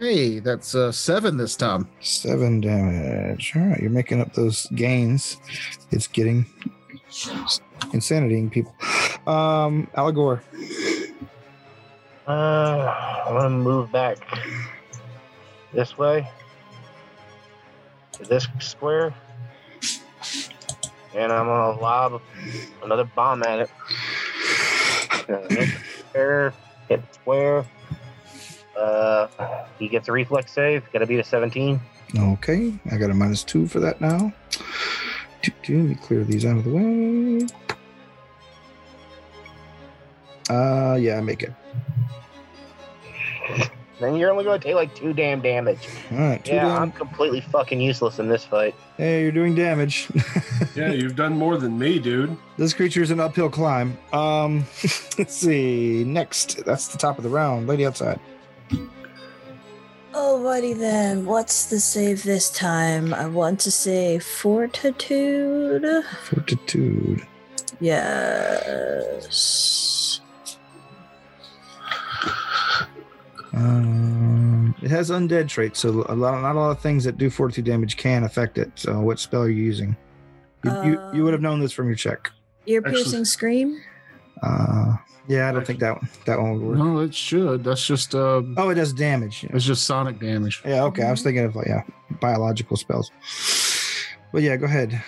Speaker 6: Hey, that's uh, seven this time.
Speaker 1: Seven damage. All right, you're making up those gains. It's getting insanitying people. Um, Alagor.
Speaker 2: Uh, I'm gonna move back this way to this square, and I'm gonna lob another bomb at it. Uh, hit the square, hit the square. Uh, he gets a reflex save. Gotta beat a 17.
Speaker 1: Okay, I got a minus two for that now. Do, do, let me clear these out of the way. Uh, yeah, I make it.
Speaker 2: Then you're only gonna take like two damn damage.
Speaker 1: All right, two
Speaker 2: yeah,
Speaker 1: dam-
Speaker 2: I'm completely fucking useless in this fight.
Speaker 1: Hey, you're doing damage.
Speaker 7: Yeah, you've done more than me, dude.
Speaker 1: This creature's an uphill climb. Um, let's see. Next, that's the top of the round. Lady outside.
Speaker 4: Alrighty then, what's the save this time? I want to say fortitude.
Speaker 1: Fortitude.
Speaker 4: Yes.
Speaker 1: Um, it has undead traits, so a lot, not a lot of things that do fortitude damage can affect it. So, what spell are you using? You, you, you would have known this from your check.
Speaker 4: Ear
Speaker 7: Actually-
Speaker 4: piercing scream?
Speaker 1: Uh, yeah, I don't think that one, that one would work.
Speaker 6: No, it should. That's just um,
Speaker 1: Oh, it does damage. Yeah.
Speaker 6: it's just sonic damage.
Speaker 1: Yeah, okay. I was thinking of like, yeah, biological spells. But yeah, go ahead.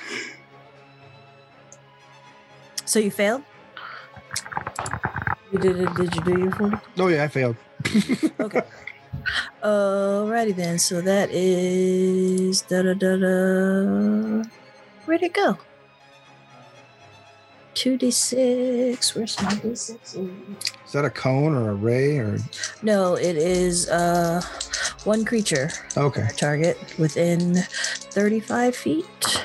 Speaker 4: So you failed? You did it, did you do your fortitude?
Speaker 1: Oh yeah, I failed.
Speaker 4: Okay. Alrighty then, so that is da da da da. Where'd it go? 2d6. Where's my d6?
Speaker 1: Is that a cone or a ray or
Speaker 4: No, it is uh one creature.
Speaker 1: okay?
Speaker 4: target within 35 feet.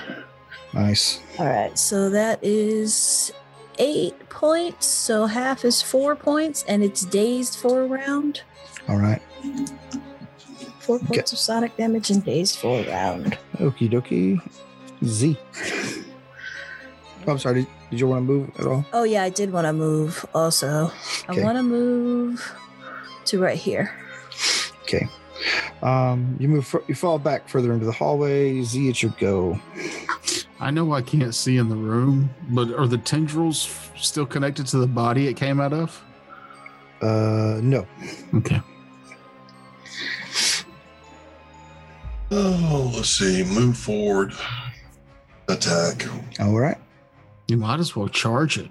Speaker 1: Nice.
Speaker 4: All right, so that is eight points. So half is four points, and it's dazed for a round.
Speaker 1: All right.
Speaker 4: Four points of sonic damage and dazed for a round.
Speaker 1: Okie dokie. Z. Oh, I'm sorry. Did, did you want to move at all?
Speaker 4: Oh, yeah, I did want to move also.
Speaker 1: Okay.
Speaker 4: I want to move to right here.
Speaker 1: Um, you move. Fr- you fall back further into the hallway. Z, it's your go.
Speaker 6: I know I can't see in the room, but are the tendrils f- still connected to the body it came out of?
Speaker 1: Uh, no.
Speaker 6: Okay.
Speaker 5: Oh, let's see. Move forward. Attack.
Speaker 1: All right.
Speaker 6: You might as well charge it.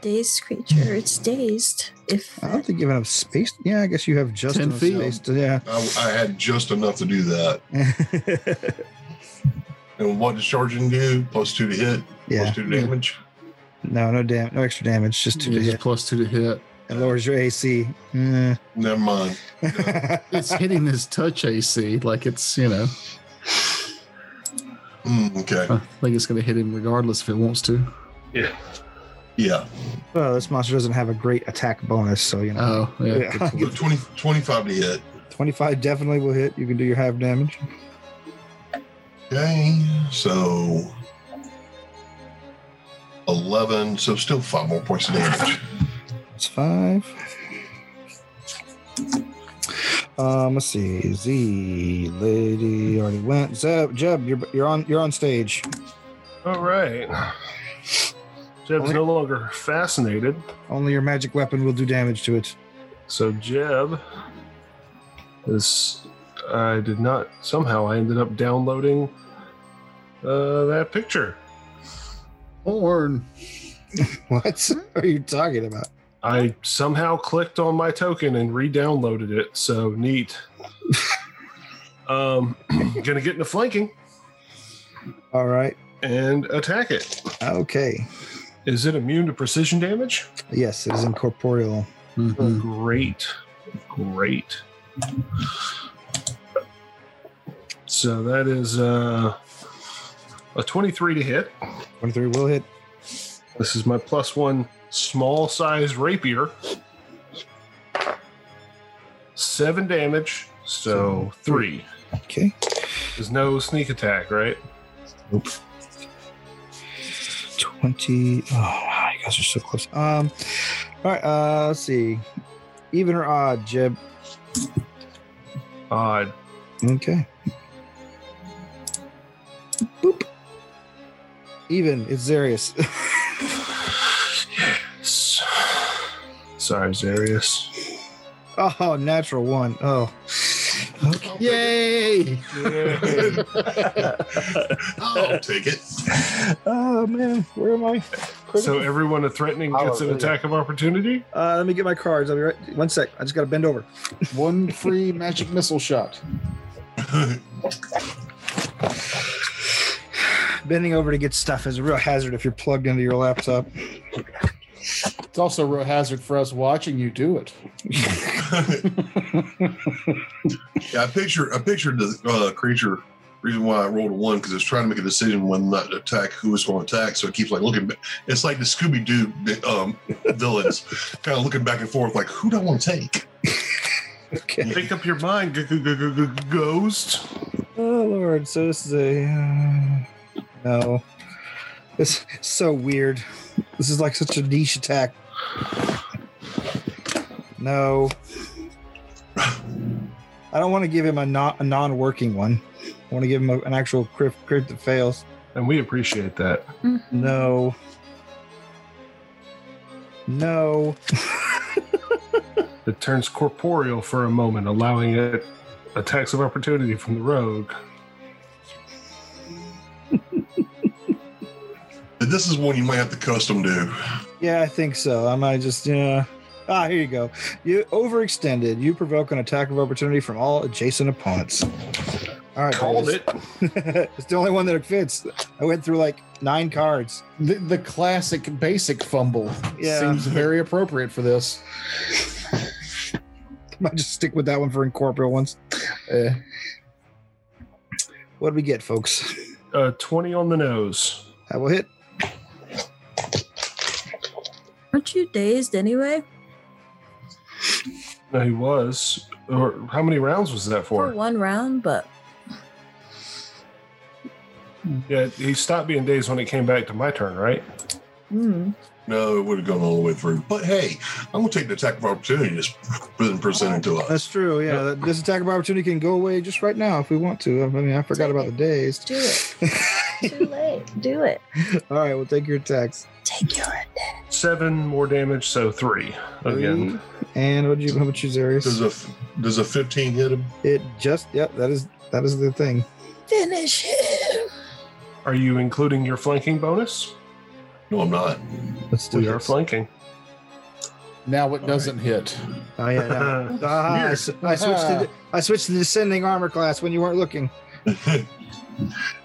Speaker 4: Dazed creature, it's dazed. If
Speaker 1: I don't think you have enough space. Yeah, I guess you have just
Speaker 6: 10
Speaker 1: enough
Speaker 6: feet.
Speaker 1: space to. Yeah.
Speaker 5: I, I had just enough to do that. And what does charging do? Plus two to hit,
Speaker 1: yeah.
Speaker 5: plus two to damage.
Speaker 1: No, no dam- no extra damage. Just two to
Speaker 6: It's
Speaker 1: hit.
Speaker 6: plus two to hit.
Speaker 1: It lowers your AC. Mm.
Speaker 5: Never mind.
Speaker 6: It's hitting his touch AC. Like it's, you know,
Speaker 5: Mm, okay.
Speaker 6: I think it's going to hit him regardless if it wants to.
Speaker 5: Yeah.
Speaker 1: well, this monster doesn't have a great attack bonus, so you know.
Speaker 6: Oh, yeah.
Speaker 1: Yeah.
Speaker 6: good point.
Speaker 5: 20, 25 to hit.
Speaker 1: 25 definitely will hit. You can do your half damage.
Speaker 5: Okay. So 11. So still five more points of damage.
Speaker 1: That's five. Um, let's see. Z lady already went. Zeb, Jeb, you're you're on you're on stage.
Speaker 7: All right. Jeb's no longer fascinated.
Speaker 1: Only your magic weapon will do damage to it.
Speaker 7: So Jeb is. I did not. Somehow I ended up downloading uh, that picture.
Speaker 6: Horn.
Speaker 1: What
Speaker 6: Hmm?
Speaker 1: are you talking about?
Speaker 7: I somehow clicked on my token and re-downloaded it. So neat. um, gonna get into flanking
Speaker 1: All right.
Speaker 7: and attack it.
Speaker 1: Okay.
Speaker 7: Is it immune to precision damage?
Speaker 1: Yes, it is incorporeal.
Speaker 6: Mhm.
Speaker 7: Great, great. So that is uh, a twenty-three to hit.
Speaker 1: 23 will hit.
Speaker 7: This is my plus one small size rapier. Seven damage, so three.
Speaker 1: Okay.
Speaker 7: There's no sneak attack, right?
Speaker 1: 20. Oh, wow, you guys are so close. Um, all right. Uh, let's see. Even or odd, Jeb?
Speaker 7: Odd.
Speaker 1: Okay. Boop. Even. It's Zarius.
Speaker 7: Yes. Sorry, Zarius.
Speaker 1: oh, natural one. Oh. Okay.
Speaker 6: Yay!
Speaker 5: I'll take it.
Speaker 1: Oh man, where am I?
Speaker 7: so everyone a threatening gets an
Speaker 2: Hallelujah.
Speaker 7: attack of opportunity?
Speaker 1: Uh, let me get my cards. I'll be right. One sec. I just got to bend over.
Speaker 6: One free magic missile shot.
Speaker 1: Bending over to get stuff is a real hazard if you're plugged into your laptop.
Speaker 6: It's also a real hazard for us watching you do it.
Speaker 5: yeah, I picture I pictured the uh, creature. Reason why I rolled a one because it's trying to make a decision when not to attack, who it's going to attack. So it keeps like looking. ba- It's like the Scooby Doo um, villains, kind of looking back and forth, like who do I want to take?
Speaker 1: Okay.
Speaker 7: Make up your mind, g- g- g- g- g- ghost.
Speaker 1: Oh lord. So this is a uh, no. This is so weird. This is like such a niche attack. No. I don't want to give him a, non- a non-working one. I want to give him a, an actual crit, crit that fails.
Speaker 7: And we appreciate that.
Speaker 1: No. No.
Speaker 7: It turns corporeal for a moment, allowing it attacks of opportunity from the rogue.
Speaker 5: And this is one you might have to custom do.
Speaker 1: Yeah, I think so. I might just yeah. Ah, here you go. You overextended. You provoke an attack of opportunity from all adjacent opponents. All right,
Speaker 7: Called
Speaker 1: guys.
Speaker 7: it.
Speaker 1: it's the only one that fits. I went through like nine cards.
Speaker 6: The, the classic basic fumble
Speaker 1: Yeah.
Speaker 6: seems very appropriate for this.
Speaker 1: I might just stick with that one for incorporeal ones.
Speaker 6: Eh.
Speaker 1: What do we get, folks?
Speaker 7: Uh, 20 on the nose.
Speaker 1: That will hit.
Speaker 4: Aren't you dazed anyway?
Speaker 7: No, he was. Or how many rounds was that
Speaker 4: For
Speaker 7: for?
Speaker 4: one round, but
Speaker 7: Yeah, he stopped being dazed when it came back to my turn, right?
Speaker 4: hmm.
Speaker 5: No, it would have gone all the way through. But hey, I'm going to take the attack of opportunity that's been presented to us.
Speaker 1: That's true. Yeah, that- this attack of opportunity can go away just right now if we want to. I mean, I forgot about the days.
Speaker 4: Do it. Too late. Do it.
Speaker 1: all right, we'll take your attacks.
Speaker 4: Take your attack.
Speaker 7: Seven more damage, so three. Again,
Speaker 1: And what did you? How much you, Zarius?
Speaker 5: Does a does a 15 hit him?
Speaker 1: It just yep, that is that is the thing.
Speaker 4: Finish him.
Speaker 7: are you including your flanking bonus?
Speaker 5: No, I'm not.
Speaker 1: Let's do
Speaker 7: We are
Speaker 1: this.
Speaker 7: flanking.
Speaker 6: Now it doesn't hit.
Speaker 1: Oh yeah. no. Ah, I, s- I switched to I switched to descending armor class when you weren't looking.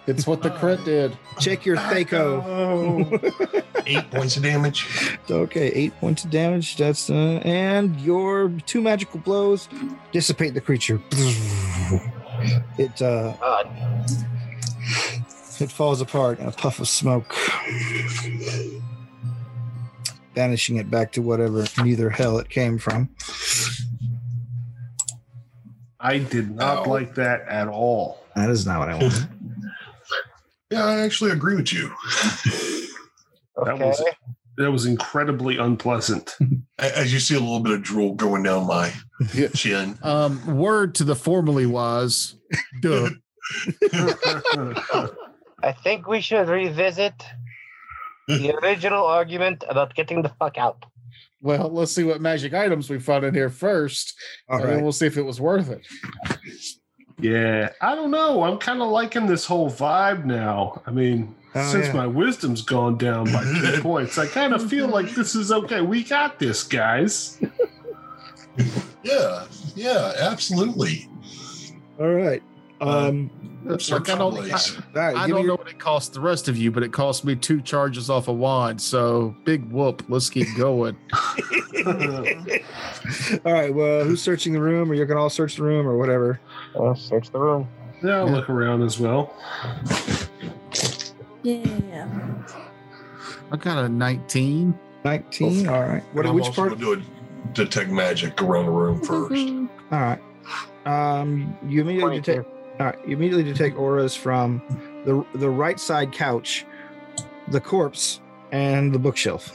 Speaker 6: It's what the crit did.
Speaker 1: Check your Thaco.
Speaker 5: Oh. Eight points of damage.
Speaker 1: Okay, eight points of damage. That's uh, and your two magical blows dissipate the creature. It uh,
Speaker 2: God.
Speaker 1: it falls apart in a puff of smoke, banishing it back to whatever neither hell it came from.
Speaker 7: I did not
Speaker 5: Ow.
Speaker 7: like that at all.
Speaker 1: That is not what I want.
Speaker 5: Yeah, I actually agree with you.
Speaker 7: That
Speaker 2: Okay.
Speaker 7: was that was incredibly unpleasant.
Speaker 5: A- As you see a little bit of drool going down my
Speaker 8: Yeah.
Speaker 5: chin.
Speaker 6: Um, word to the formerly wise, duh.
Speaker 2: I think we should revisit the original argument about getting the fuck out.
Speaker 6: Well, let's see what magic items we find in here first,
Speaker 1: All
Speaker 6: and then
Speaker 1: right.
Speaker 6: we'll see if it was worth it.
Speaker 7: yeah, I don't know. I'm kind of liking this whole vibe now. I mean,
Speaker 1: Oh,
Speaker 7: since
Speaker 1: yeah.
Speaker 7: my wisdom's gone down by two points, I kind of feel like this is okay. We got this, guys.
Speaker 5: yeah, yeah, absolutely.
Speaker 1: All right. Um,
Speaker 6: Like, I don't, I,
Speaker 5: Please.
Speaker 1: all right,
Speaker 6: Uh, I
Speaker 1: give me
Speaker 6: don't
Speaker 1: your-
Speaker 6: know what it costs the rest of you, but it cost me two charges off a wand. So big whoop. Let's keep going.
Speaker 1: all right. Well, who's searching the room, or you can all search the room, or whatever.
Speaker 2: Well, Uh, search the room.
Speaker 7: Yeah, I'll look around as well.
Speaker 4: Yeah.
Speaker 6: I got a 19.
Speaker 1: Nineteen. All right. What?
Speaker 5: I'm
Speaker 1: Which
Speaker 5: also
Speaker 1: part?
Speaker 5: gonna do a detect magic around the room first.
Speaker 1: All right. Um, you immediately
Speaker 2: Twenty-two.
Speaker 1: detect. All right. You immediately detect auras from the the right side couch, the corpse, and the bookshelf.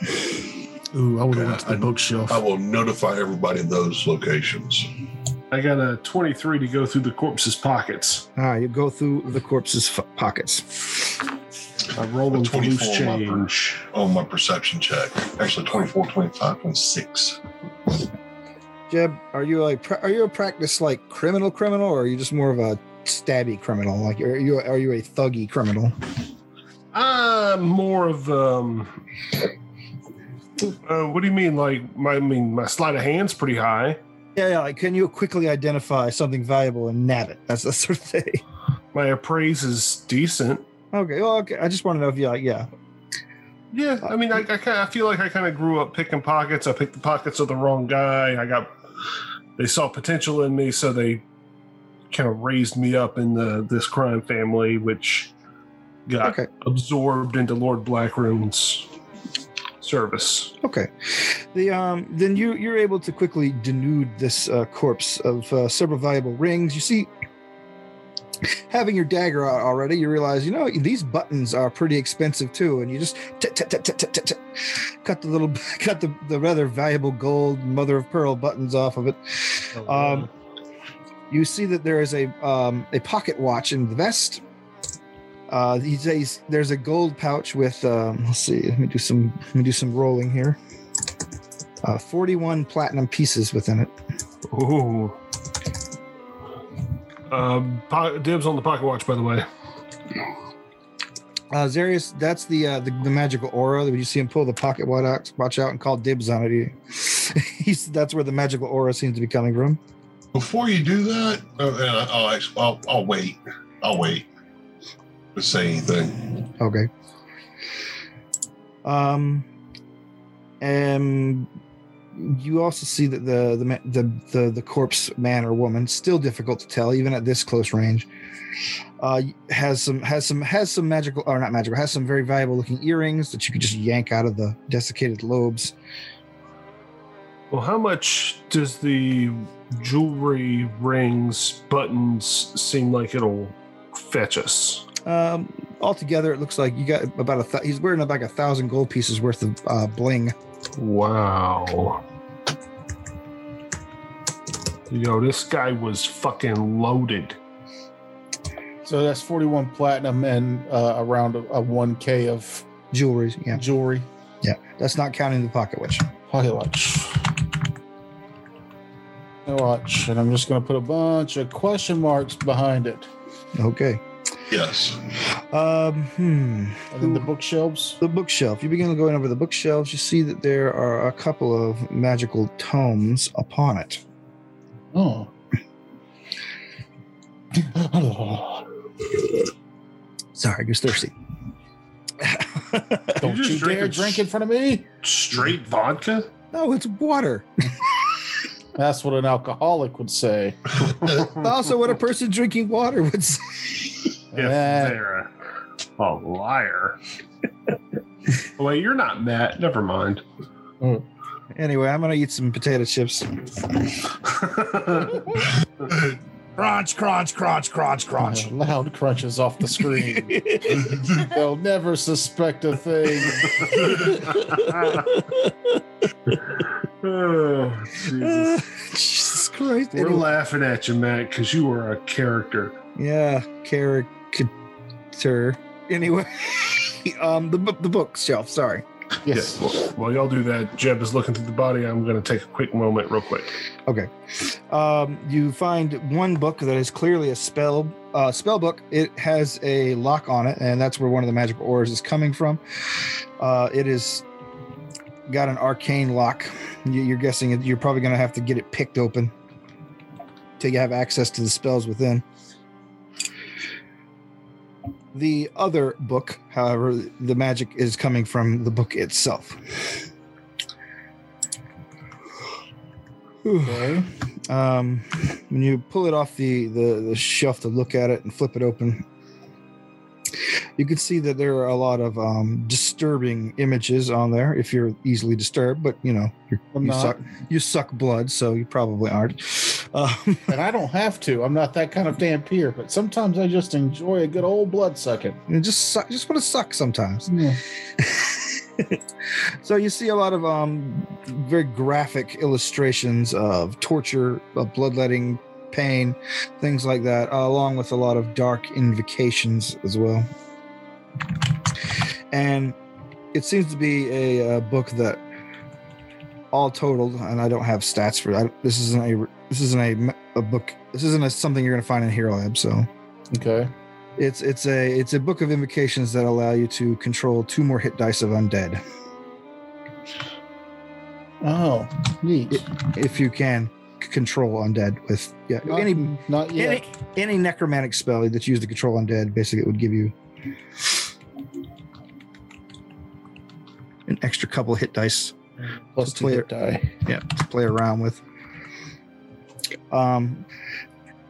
Speaker 6: Ooh, I would have went to the
Speaker 5: God.
Speaker 6: bookshelf.
Speaker 5: I will notify everybody of those locations.
Speaker 7: I got a 23 to go through the corpse's pockets.
Speaker 1: All right. You go through the corpse's f- pockets.
Speaker 7: I'm rolling for loose
Speaker 5: 24 on my per-
Speaker 7: change.
Speaker 5: on my perception check. Actually, 24, 25, 26.
Speaker 1: Jeb, are you like pra- are you a practice like criminal criminal, or are you just more of a stabby criminal? Like, are you are you a thuggy criminal?
Speaker 7: I'm Uh, more of um. Uh, what do you mean? Like my, I mean, my sleight of hand's pretty high.
Speaker 1: Yeah, yeah. Like, can you quickly identify something valuable and nab it? That's that sort of thing.
Speaker 7: My appraise is decent.
Speaker 1: Okay. Well, okay. I just want to know if you like, yeah.
Speaker 7: Yeah, I mean, I I, kinda, I feel like I kind of grew up picking pockets. I picked the pockets of the wrong guy. I got they saw potential in me, so they kind of raised me up in the this crime family, which got
Speaker 1: Okay.
Speaker 7: absorbed into Lord Blackroom's service.
Speaker 1: Okay. The um, then you you're able to quickly denude this uh, corpse of uh, several valuable rings. You see, having your dagger out already, you realize you know these buttons are pretty expensive too, and you just tut, tut, tut, tut, tut, tut, tut, cut the little cut the the rather valuable gold mother of pearl buttons off of it. Um, you see that there is a um, a pocket watch in the vest. Uh, these days, there's a gold pouch with. Um, let's see. Let me do some. Let me do some rolling here. Uh, Forty-one platinum pieces within it.
Speaker 7: Ooh. Um, po- dibs on the pocket watch, by the way.
Speaker 1: Uh, Zarius, that's the, uh, the the magical aura that you see him pull the pocket watch out, watch out and call dibs on it. He, he's that's where the magical aura seems to be coming from.
Speaker 5: Before you do that, uh, and I, I'll, actually, I'll, I'll wait. I'll wait to say anything.
Speaker 1: Okay. Um, and you also see that the the ma- the the, the corpse man or woman still difficult to tell even at this close range. Uh, has some has some has some magical or not magical has some very valuable looking earrings that you can just yank out of the desiccated lobes.
Speaker 7: Well, how much does the jewelry, rings, buttons seem like it'll fetch us?
Speaker 1: Um, altogether, it looks like you got about a th- he's wearing about a thousand gold pieces worth of uh, bling.
Speaker 7: Wow. Yo, this guy was fucking loaded.
Speaker 6: so that's 41 platinum and uh, around a, a 1K of
Speaker 1: Jewelry, yeah.
Speaker 6: jewelry.
Speaker 1: That's not counting the pocket watch.
Speaker 6: Pocket watch. Pocket Watch. And I'm just going to put a bunch of question marks behind it.
Speaker 1: Okay.
Speaker 5: Yes.
Speaker 1: Um, hmm.
Speaker 6: And then the bookshelves.
Speaker 1: The bookshelf. You begin going over the bookshelves. You see that there are a couple of magical tomes upon it.
Speaker 6: Oh.
Speaker 1: Sorry, I was thirsty.
Speaker 6: Don't
Speaker 7: just
Speaker 6: you,
Speaker 7: drink
Speaker 6: dare
Speaker 7: it.
Speaker 6: drink in front of me.
Speaker 7: Straight vodka?
Speaker 1: no, Oh, it's water.
Speaker 6: That's what an alcoholic would say.
Speaker 1: Also, what a person drinking water would say.
Speaker 7: If they're a, a liar. Wait, you're not Matt. Never mind.
Speaker 1: Anyway, I'm gonna eat some potato chips.
Speaker 7: I
Speaker 1: Crunch, crunch, crunch, crunch, crunch.
Speaker 6: Uh, loud crunches off the screen. They'll never suspect a thing.
Speaker 7: Oh, Jesus.
Speaker 1: Jesus Christ.
Speaker 7: We're
Speaker 1: It'll-
Speaker 7: laughing at you, Matt, because you are a character.
Speaker 1: Yeah, caricature. Anyway, um, the bu- the bookshelf. Sorry.
Speaker 6: yes.
Speaker 7: Well, while y'all do that, Jeb is looking through the body. I'm going to take a quick moment, real quick.
Speaker 1: Um, you find one book that is clearly a spell uh, spell book. It has a lock on it, and that's where one of the magic ores is coming from. Uh, it is got an arcane lock. You- You're guessing it, you're probably going to have to get it picked open till you have access to the spells within. The other book, however, the magic is coming from the book itself. Whew
Speaker 6: Okay.
Speaker 1: um, when you pull it off the, the the shelf to look at it and flip it open you can see that there are a lot of um, disturbing images on there if you're easily disturbed but you know you're,
Speaker 6: I'm
Speaker 1: you
Speaker 6: not.
Speaker 1: suck you suck blood so you probably aren't um,
Speaker 6: And I don't have to. I'm not that kind of damn peer, but sometimes I just enjoy a good old blood sucking.
Speaker 1: you just suck, just want to suck sometimes
Speaker 6: Yeah.
Speaker 1: so you see a lot of um, very graphic illustrations of torture of bloodletting pain things like that uh, along with a lot of dark invocations as well and it seems to be a, uh book that all totaled and i don't have stats for that this isn't a this isn't a, m- a book this isn't a, something you're going to find in hero lab so
Speaker 6: Okay.
Speaker 1: it's it's a it's a book of invocations that allow you to control two more hit dice of undead
Speaker 6: Oh, neat.
Speaker 1: if you can c- control undead with Uh, yeah
Speaker 6: Not,
Speaker 1: any
Speaker 6: not yet.
Speaker 1: any any necromantic spell that's used to control undead basically it would give you an extra couple hit dice
Speaker 6: Plus two
Speaker 1: player-
Speaker 6: hit die.
Speaker 1: to play around with um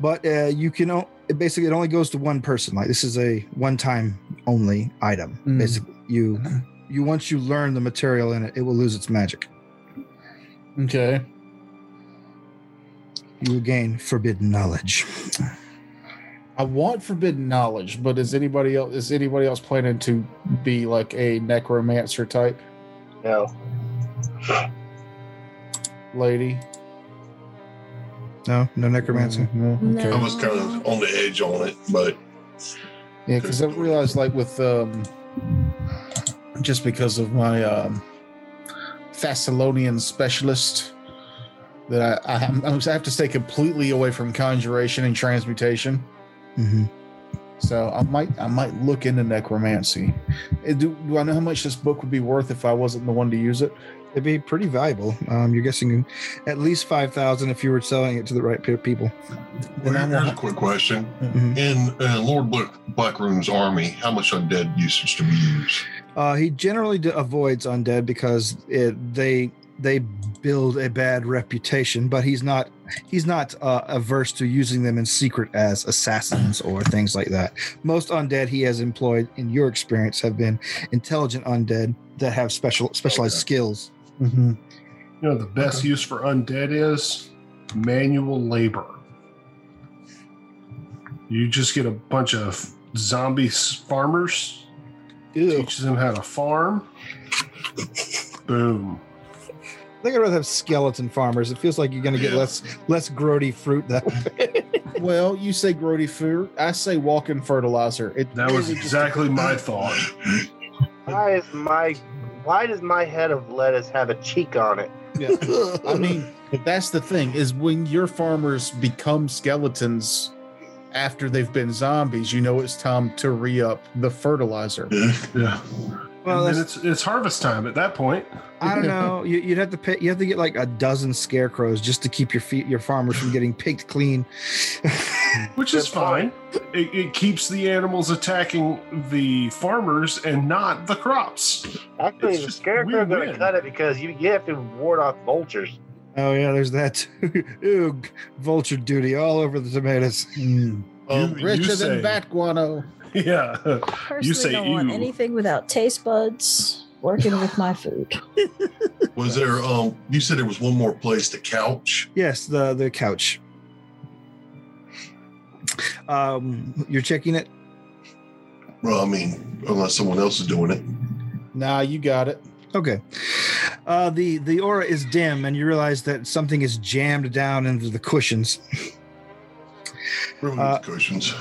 Speaker 1: but uh, you can o- it basically it only goes to one person like this is a one time only item
Speaker 6: Mm.
Speaker 1: basically you you once you learn the material in it it will lose its magic
Speaker 6: Okay.
Speaker 1: you will gain forbidden knowledge
Speaker 6: I want forbidden knowledge, but is anybody else is anybody else planning to be like a necromancer type
Speaker 2: No.
Speaker 6: lady?
Speaker 1: no no necromancy
Speaker 6: Mm,
Speaker 5: I
Speaker 6: Okay.
Speaker 5: was kind of on the edge on it, but
Speaker 6: Yeah, because I realized like with um just because of my um Thessalonian specialist that I, I, I'm- I have to stay completely away from conjuration and transmutation.
Speaker 1: hmm
Speaker 6: So I might I might look into necromancy. Eh, Do, do I know how much this book would be worth if I wasn't the one to use it?
Speaker 1: It'd be pretty valuable. Um, you're guessing at least five thousand if you were selling it to the right pe- people.
Speaker 5: well,
Speaker 6: Then I
Speaker 5: here's a
Speaker 6: won't-
Speaker 5: quick question.
Speaker 1: Mhm.
Speaker 5: In uh, Lord Black, Blackroom's army, how much undead usage do we use?
Speaker 1: Uh, he generally d- avoids undead because it, they they build a bad reputation, but he's not he's not uh, averse to using them in secret as assassins or things like that. Most undead he has employed, in your experience, have been intelligent undead that have special specialized
Speaker 5: Okay.
Speaker 1: skills.
Speaker 6: mm-hmm.
Speaker 7: You know, the best use for undead is manual labor. You just get a bunch of zombie s- farmers,
Speaker 6: Ew.
Speaker 7: teach them how to farm. Boom.
Speaker 1: I think I'd rather have skeleton farmers. It feels like you're going to get
Speaker 5: Yeah.
Speaker 1: less less grody fruit that way.
Speaker 6: Well, you say grody food. I say walking fertilizer. It
Speaker 7: That was
Speaker 6: really just-
Speaker 7: exactly my thought.
Speaker 2: Why is my why does my head of lettuce have a cheek on it?
Speaker 6: Yeah. I mean, that's the thing is when your farmers become skeletons after they've been zombies, you know it's time to re up the fertilizer.
Speaker 7: Yeah.
Speaker 1: Well,
Speaker 7: and
Speaker 1: that's-
Speaker 7: then it's it's harvest time at that point.
Speaker 1: I don't know. You, you'd have to pay. You have to get like a dozen scarecrows just to keep your feet, your farmers from getting picked clean.
Speaker 7: which is
Speaker 2: Good
Speaker 7: fine.
Speaker 2: point.
Speaker 7: It, it keeps the animals attacking the farmers and not the crops.
Speaker 2: Actually,
Speaker 7: It's
Speaker 2: the
Speaker 7: just
Speaker 2: scarecrow's gonna
Speaker 7: win-win.
Speaker 2: cut it because you you have to ward off vultures.
Speaker 1: oh yeah, there's that. Ooh, vulture duty all over the tomatoes.
Speaker 6: Mm. Oh,
Speaker 7: You- you
Speaker 6: richer
Speaker 7: say.
Speaker 6: than bat guano.
Speaker 7: Yeah,
Speaker 4: Personally,
Speaker 7: say
Speaker 4: don't want
Speaker 7: you.
Speaker 4: anything without taste buds working with my food.
Speaker 5: Was there? Um, you said there was one more place, the couch.
Speaker 1: Yes, the the couch. Um, you're checking it.
Speaker 5: Well, I mean, unless someone else is doing it.
Speaker 6: Nah, you got it.
Speaker 1: Okay. Uh, the the aura is dim, and you realize that something is jammed down into the cushions.
Speaker 5: Remove
Speaker 1: Uh,
Speaker 5: the cushions.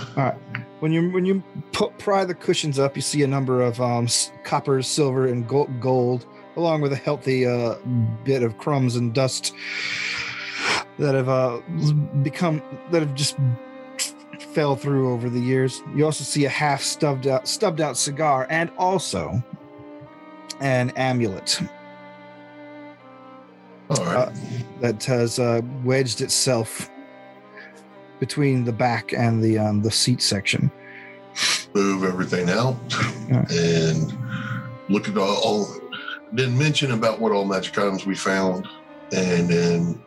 Speaker 1: When you when you pu- pry the cushions up, you see a number of um, s- copper, silver, and gold, gold, along with a healthy uh, bit of crumbs and dust that have uh, become that have just fell through over the years. You also see a half stubbed out stubbed out cigar, and also an amulet
Speaker 5: All right.
Speaker 1: that has uh, wedged itself between the back and the um, the seat section.
Speaker 5: Move everything out
Speaker 1: Yeah.
Speaker 5: and look at all, all. Then mention about what all magic items we found, and then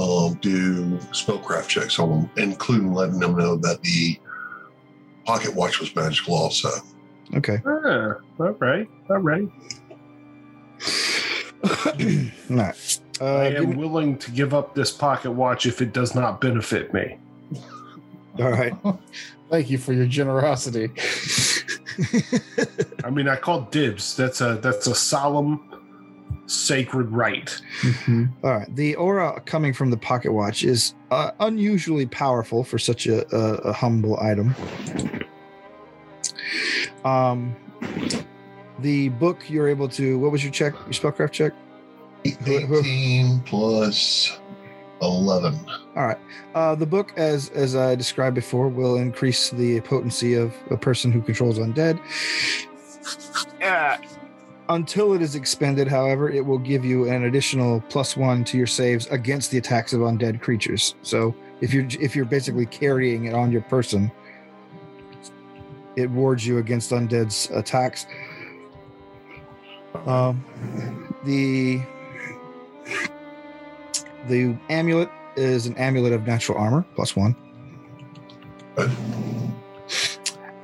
Speaker 5: um, do spellcraft checks on them, including letting them know that the pocket watch was magical. Also,
Speaker 1: Okay.
Speaker 7: Ah, all right, all right.
Speaker 1: All right. Uh,
Speaker 7: I
Speaker 1: give
Speaker 7: am
Speaker 1: me-
Speaker 7: willing to give up this pocket watch if it does not benefit me.
Speaker 1: all right.
Speaker 6: Thank you for your generosity.
Speaker 7: I mean, I call dibs. That's a that's a solemn, sacred rite.
Speaker 1: All right. The aura coming from the pocket watch is uh, unusually powerful for such a, a, a humble item. Um, the book you're able to. What was your check? Your spellcraft check. Who- who-
Speaker 5: eighteen plus eleven.
Speaker 1: All right. Uh, the book, as as I described before, will increase the potency of a person who controls undead. Uh, Until it is expended, however, it will give you an additional plus one to your saves against the attacks of undead creatures. So if you're if you're basically carrying it on your person, it wards you against undead's attacks. Um, the the amulet is an amulet of natural armor, plus one.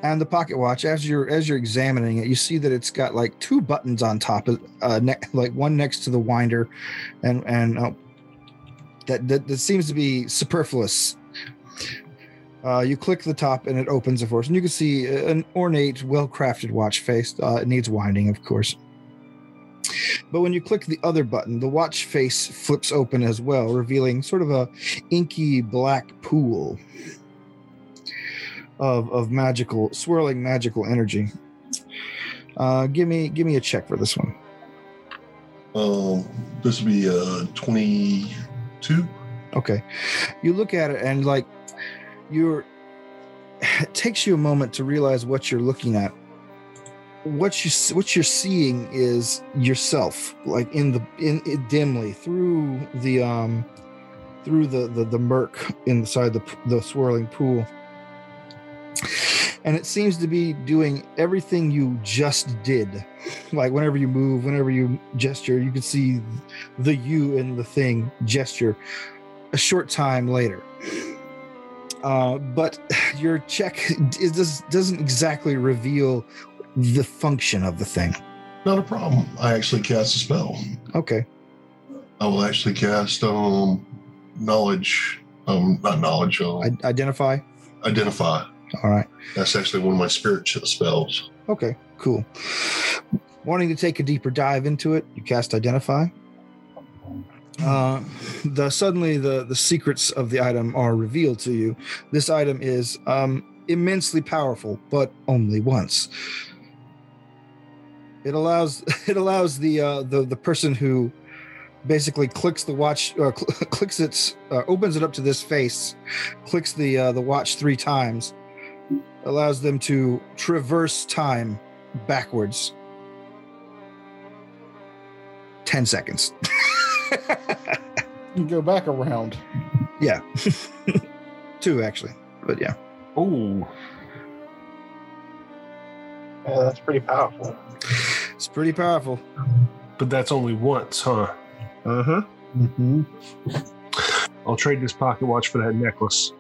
Speaker 1: And the pocket watch, as you're as you're examining it, you see that it's got like two buttons on top, of, uh, ne- like one next to the winder, and and uh, that, that that seems to be superfluous. Uh, you click the top and it opens, of course, and you can see uh, an ornate, well-crafted watch face. Uh, it needs winding, of course. But when you click the other button, the watch face flips open as well, revealing sort of a inky black pool of of magical swirling magical energy. Uh, give me give me a check for this one.
Speaker 5: Um, this would be uh twenty-two.
Speaker 1: Okay, you look at it and like you're. It takes you a moment to realize what you're looking at. What you s- what you're seeing is yourself, like in the in it dimly through the um through the the, the murk inside the p- the swirling pool. And it seems to be doing everything you just did. Like whenever you move, whenever you gesture, you can see the you and the thing gesture a short time later. Uh, but your check is, does, doesn't exactly reveal the function of the thing.
Speaker 5: Not a problem. I actually cast a spell.
Speaker 1: Okay.
Speaker 5: I will actually cast um knowledge. Um, not knowledge. Um,
Speaker 1: I, identify.
Speaker 5: identify.
Speaker 1: All right.
Speaker 5: That's actually one of my spirit ch- spells.
Speaker 1: Okay. Cool. Wanting to take a deeper dive into it, you cast identify. Uh, the suddenly the the secrets of the item are revealed to you. This item is um, immensely powerful, but only once. It allows it allows the uh, the the person who basically clicks the watch or cl- clicks its uh, opens it up to this face, clicks the uh, the watch three times, allows them to traverse time backwards. Ten seconds.
Speaker 6: You go back around.
Speaker 1: Two actually, but yeah.
Speaker 7: Oh,
Speaker 2: Yeah, that's pretty powerful.
Speaker 1: It's pretty powerful.
Speaker 7: but that's only once, huh?
Speaker 1: Uh huh. Mm-hmm.
Speaker 7: I'll trade this pocket watch for that necklace.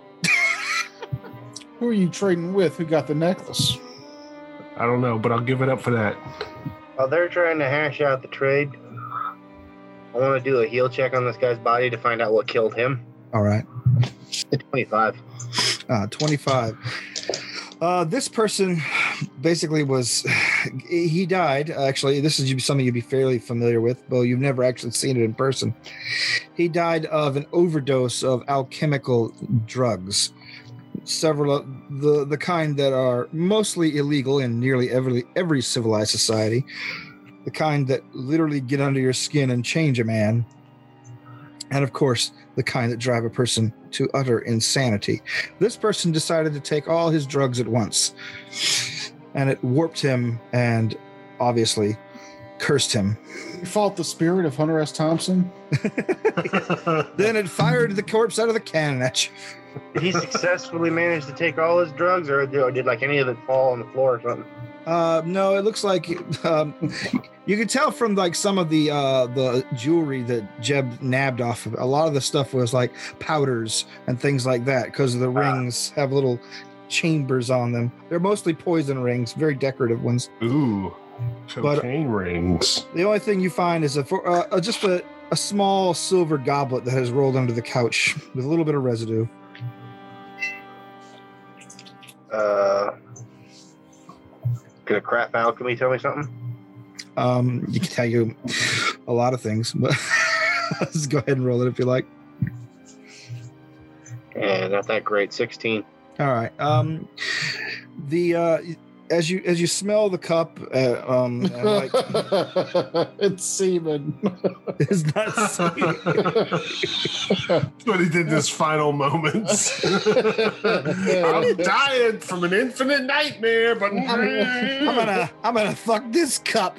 Speaker 6: Who are you trading with? Who got the necklace?
Speaker 7: I don't know, but I'll give it up for that.
Speaker 2: While they're trying to hash out the trade, I want to do a heal check on this guy's body to find out what killed him.
Speaker 1: All right.
Speaker 2: It's 25.
Speaker 1: uh, 25. Uh, this person basically was, he died. Actually, this is something you'd be fairly familiar with, though you've never actually seen it in person. He died of an overdose of alchemical drugs. Several of the, the kind that are mostly illegal in nearly every, every civilized society, the kind that literally get under your skin and change a man. And of course, the kind that drive a person to utter insanity. This person decided to take all his drugs at once, and it warped him and obviously cursed him.
Speaker 6: You fought the spirit of Hunter S. Thompson.
Speaker 1: Then it fired the corpse out of the cannon at you.
Speaker 2: Did he successfully manage to take all his drugs, or did, or did like any of it fall on the floor or something?
Speaker 1: Uh, no, it looks like um, you could tell from like some of the uh, the jewelry that Jeb nabbed off of. it, A lot of the stuff was like powders and things like that because the rings have little chambers on them. They're mostly poison rings, very decorative ones.
Speaker 7: Ooh, cocaine rings.
Speaker 1: The only thing you find is a for, uh, uh, just a, a small silver goblet that has rolled under the couch with a little bit of residue.
Speaker 2: Uh, could a crap alchemy tell me something?
Speaker 1: Um, you can tell you a lot of things, but let's go ahead and roll it if you like.
Speaker 2: Yeah, not that great. Sixteen.
Speaker 1: All right. Um, the uh, as you as you smell the cup, uh, um, and, like,
Speaker 6: it's semen.
Speaker 1: it's not. sweet.
Speaker 7: That's what he did in his final moments. I'm dying from an infinite nightmare, but
Speaker 1: I'm gonna I'm gonna fuck this cup.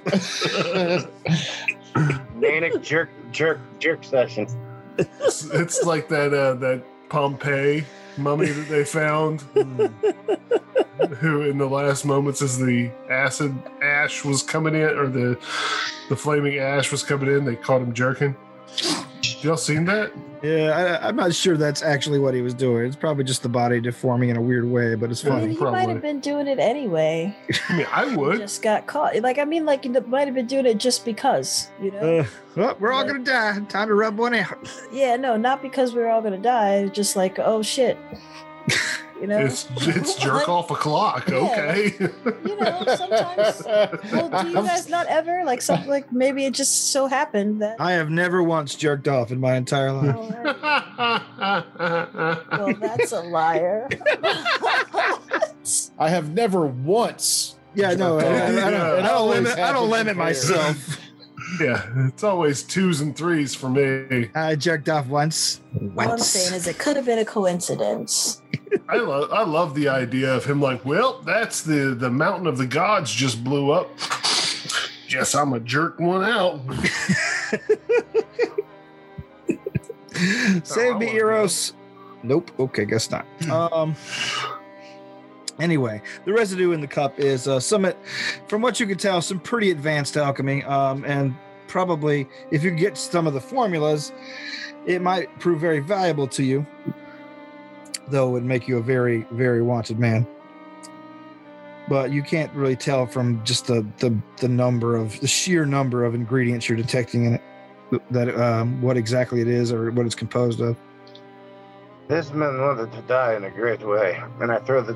Speaker 2: Manic jerk jerk jerk session.
Speaker 7: it's, it's like that uh, that Pompeii mummy that they found, who in the last moments as the acid ash was coming in, or the the flaming ash was coming in, they caught him jerking. Y'all seen that?
Speaker 1: yeah, I, I'm not sure that's actually what he was doing. It's probably just the body deforming in a weird way, but it's
Speaker 4: I mean,
Speaker 1: funny.
Speaker 4: he might
Speaker 7: probably.
Speaker 4: have been doing it anyway.
Speaker 7: I mean, I would.
Speaker 4: Just got caught. Like I mean, like he might have been doing it just because, you know?
Speaker 1: Uh, well, we're all gonna die. Time to rub one out.
Speaker 4: yeah, no, not because we were all gonna die. It's Just like, oh shit, you know?
Speaker 7: It's it's jerk
Speaker 4: Like,
Speaker 7: off o'clock.
Speaker 4: Yeah.
Speaker 7: Okay.
Speaker 4: You know, sometimes. Well, do you guys not ever like something like maybe it just so happened that?
Speaker 1: I have never once jerked off in my entire life.
Speaker 4: Oh, well, that's a liar.
Speaker 6: I have never once.
Speaker 1: Yeah, no, I, I, I don't, I
Speaker 6: Yeah.
Speaker 1: don't
Speaker 6: Always
Speaker 1: limit. I don't
Speaker 6: happens
Speaker 1: limit
Speaker 6: here.
Speaker 1: myself.
Speaker 7: yeah, it's always twos and threes for me.
Speaker 1: I jerked off once.
Speaker 4: All I'm saying is it could have been a coincidence.
Speaker 7: I love I love the idea of him like, well, that's the the mountain of the gods just blew up. Guess I'm a jerk one out.
Speaker 1: Save
Speaker 7: I
Speaker 1: me,
Speaker 7: wanna
Speaker 1: Eros. Nope. Okay, guess not. um. Anyway, the residue in the cup is uh, some, from what you can tell, some pretty advanced alchemy. Um, and probably if you get some of the formulas, it might prove very valuable to you. Though it would make you a very, very wanted man. But you can't really tell from just the the, the number of the sheer number of ingredients you're detecting in it that um, what exactly it is or what it's composed of.
Speaker 2: This man wanted to die in a great way, and I throw the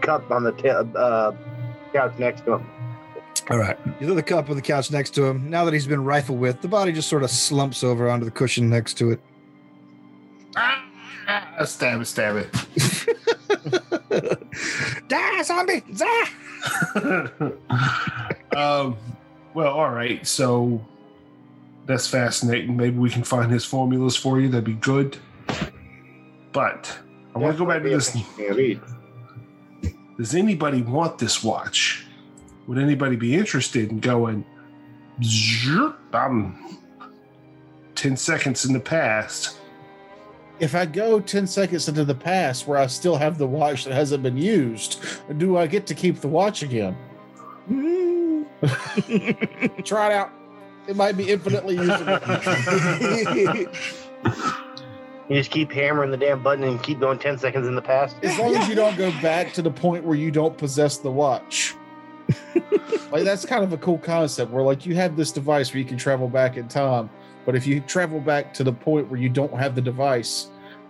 Speaker 2: cup on the ta- uh, couch next to him.
Speaker 1: All right. You throw the cup on the couch next to him. Now that he's been rifled with, the body just sort of slumps over onto the cushion next to it.
Speaker 7: Ah, stab it, stab it.
Speaker 1: Die, zombie! Die!
Speaker 7: um, well, all right. So that's fascinating. Maybe we can find his formulas for you. That'd be good. But I want to go back to this.
Speaker 2: Yeah, read.
Speaker 7: Does anybody want this watch? Would anybody be interested in going? "Zhup, I'm ten seconds in the past.
Speaker 6: If I go 10 seconds into the past where I still have the watch that hasn't been used, do I get to keep the watch again?
Speaker 1: Mm.
Speaker 6: Try it out. It might be infinitely usable.
Speaker 2: You just keep hammering the damn button and keep going ten seconds in the past.
Speaker 6: As long as you don't go back to the point where you don't possess the watch. like that's kind of a cool concept where like you have this device where you can travel back in time, but if you travel back to the point where you don't have the device,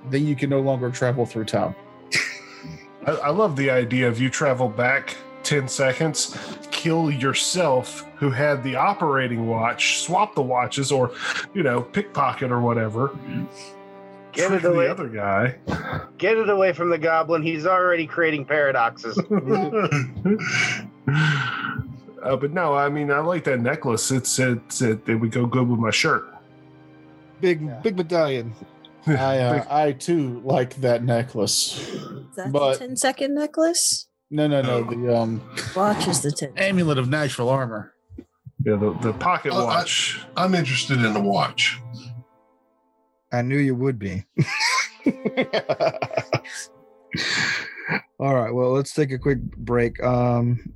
Speaker 6: then you can no longer travel through time.
Speaker 7: I, I love the idea of you travel back 10 seconds, kill yourself who had the operating watch, swap the watches, or, you know, pickpocket or whatever.
Speaker 2: Get
Speaker 7: trick
Speaker 2: it away.
Speaker 7: the other guy.
Speaker 2: Get it away from the goblin. He's already creating paradoxes.
Speaker 7: uh, but no, I mean, I like that necklace. It's it's it, it would go good with my shirt.
Speaker 1: Big
Speaker 6: Yeah.
Speaker 1: big medallion.
Speaker 6: I, uh, I too like that necklace.
Speaker 4: Is that
Speaker 6: But-
Speaker 4: the 10 second necklace?
Speaker 6: No, no, no. The um,
Speaker 4: Watch is the 10.
Speaker 6: amulet of natural armor.
Speaker 7: Yeah, the, the pocket
Speaker 5: Uh, I-
Speaker 7: watch.
Speaker 5: I'm interested in the watch.
Speaker 1: I knew you would be. All right. Well, let's take a quick break um,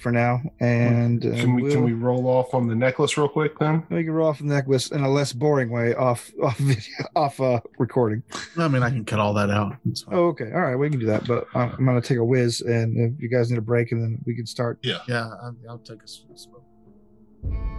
Speaker 1: for now, and uh,
Speaker 7: can we
Speaker 1: we'll-
Speaker 7: can we roll off on the necklace real quick then?
Speaker 1: we can roll off the necklace in a less boring way off off video off uh, recording.
Speaker 6: I mean, I can cut all that out. It's fine.
Speaker 1: Oh, okay. All right, we can do that. But I'm, I'm gonna take a whiz, and if you guys need a break, and then we can start
Speaker 6: Yeah, I, I'll take a s- smoke.